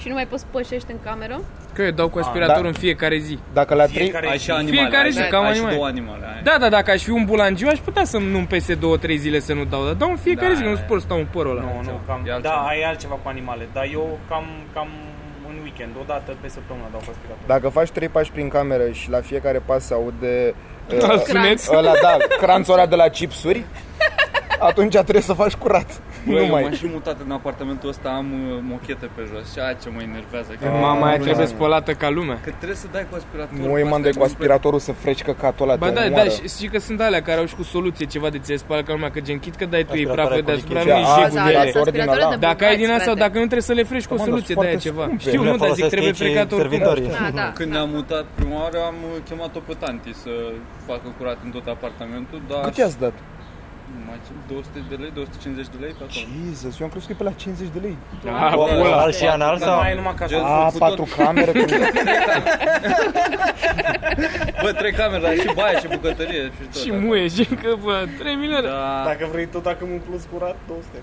și nu mai poți pășești în cameră, Că eu dau cu aspiratorul da. în fiecare zi. Dacă la 3 Fiecare Ai zi. și animale. Fiecare ai zi, și- cam ai și animale. două animale. ai. Da, da, dacă aș fi un bulangiu, aș putea să nu-mi pese două, trei zile să nu dau, dar dau în fiecare Da, zi, că nu da. spor stau un păr ăla. Nu, nu, E cam, altceva. da, ai altceva cu animale, dar eu cam, cam în weekend, o dată pe săptămână dau cu aspirator. Dacă faci trei pași prin cameră și la fiecare pas se aude Da, uh, suneți? ăla, da, cranțul ăla de la chipsuri, atunci trebuie să faci curat. Bă, nu eu mai. m-am și mutat în apartamentul ăsta, am uh, mochete pe jos, ceea ce mă enervează. Că, Mama aia Da, trebuie da. spălată ca lumea. că trebuie să dai cu aspiratorul. Nu e asta mandă cu nu-mi place. aspiratorul să freci căcatul ăla Ba de da, omoară. da, și, și că sunt alea care au și cu soluție ceva de ți spală ca lumea, că gen chit că dai tu ei Aspiratoare prafă cu deasupra, lichid. nu Da, e da, jegul de da, ele. ori din ala. Dacă ai din asta, sau frate. dacă nu trebuie să le frești cu o Comandă, soluție, sunt dai foarte ceva. scumpe. Știu, Le nu, dar zic folosesc trebuie nici frecat oricum. servitorii. Da, da. Când ne-am mutat prima oară, am uh, chemat-o pe tanti să facă curat în tot apartamentul, dar... Cât i-ați dat? Nu mai țin, 200 de lei, 250 de lei pe acolo. Jesus, eu am crezut că e pe la 50 de lei. Da, O- pula. Oral și anal Dar sau? mai e numai ca să... Da, Gen- A, făcut patru tot. camere. Cum... Bă, trei camere, dar și baie, și bucătărie, și tot. da. Și acolo. muie, și că bă, 3 milioane. Da, Dacă vrei tot acum un plus curat, 200.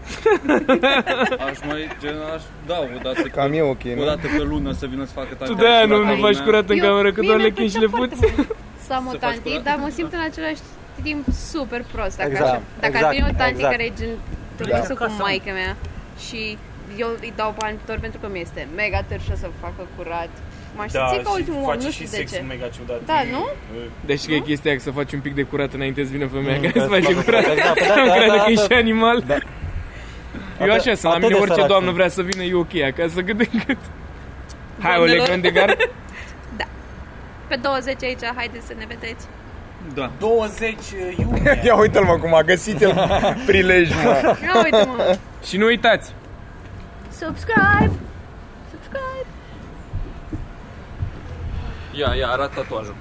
aș mai, gen, aș da o dată, Cam e ok, o nu? dată pe lună să vină să facă tanti. Tu de-aia nu, nu Ai, faci curat în Eu- cameră, că mie doar le mi-ar chingi și le plăcea puți. foarte mult Să am o Să faci tanti, curat. dar mă simt în același timp super prost. Dacă, Exact, așa, dacă ar exact, veni o tanti exact. care e gen drăguță cu maica mea și eu îi dau bani tot pentru că mi este mega târșă să facă curat. M-aș Da, simți ca și ultimul om, face nu și știu de sexul ce. mega ciudat. Da, nu? Deci că e chestia că să faci un pic de curat înainte să vină femeia care că să face să facă curat. curat, da, pe Să data nu asta- creadă că e asta- și animal. Eu Atât- așa sunt, la atât mine de orice săraci doamnă sunt. vrea să vină, e ok acasă cât de cât. Hai, o legăm de gar. Pe 20 aici, haideți să ne vedeți. Da. 20 uh, iunie. Ia uite-l mă cum a găsit el prilejul. mă. Ia uite mă! Și nu uitați, Subscribe! Subscribe! Ia, ia, arată tatuajul.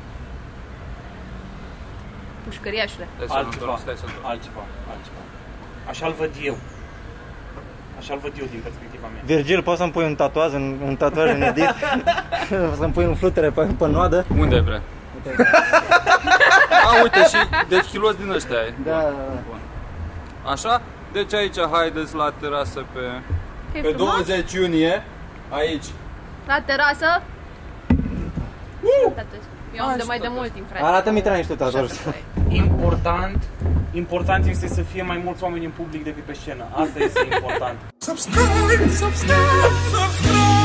Pușcăriașule. Altceva, altceva, altceva. Așa-l văd eu. Așa-l văd eu din perspectiva mea. Virgil, poți să-mi pui un tatuaj în, un tatuaj în edit? să-mi pui un flutere pe, pe noadă? Unde ai vrea? A, uite și, deci kilos din ăștia ai. Da, Așa? Deci aici, haideți la terasă pe... Că e Pe frumos? 20 iunie, aici. La terasă? Eu am de mai de mult timp, frate. păi, Arată-mi trei niște tatuaj. Important, important este să fie mai mulți oameni în public decât pe scenă. Asta este important. subscribe, subscribe, subscribe.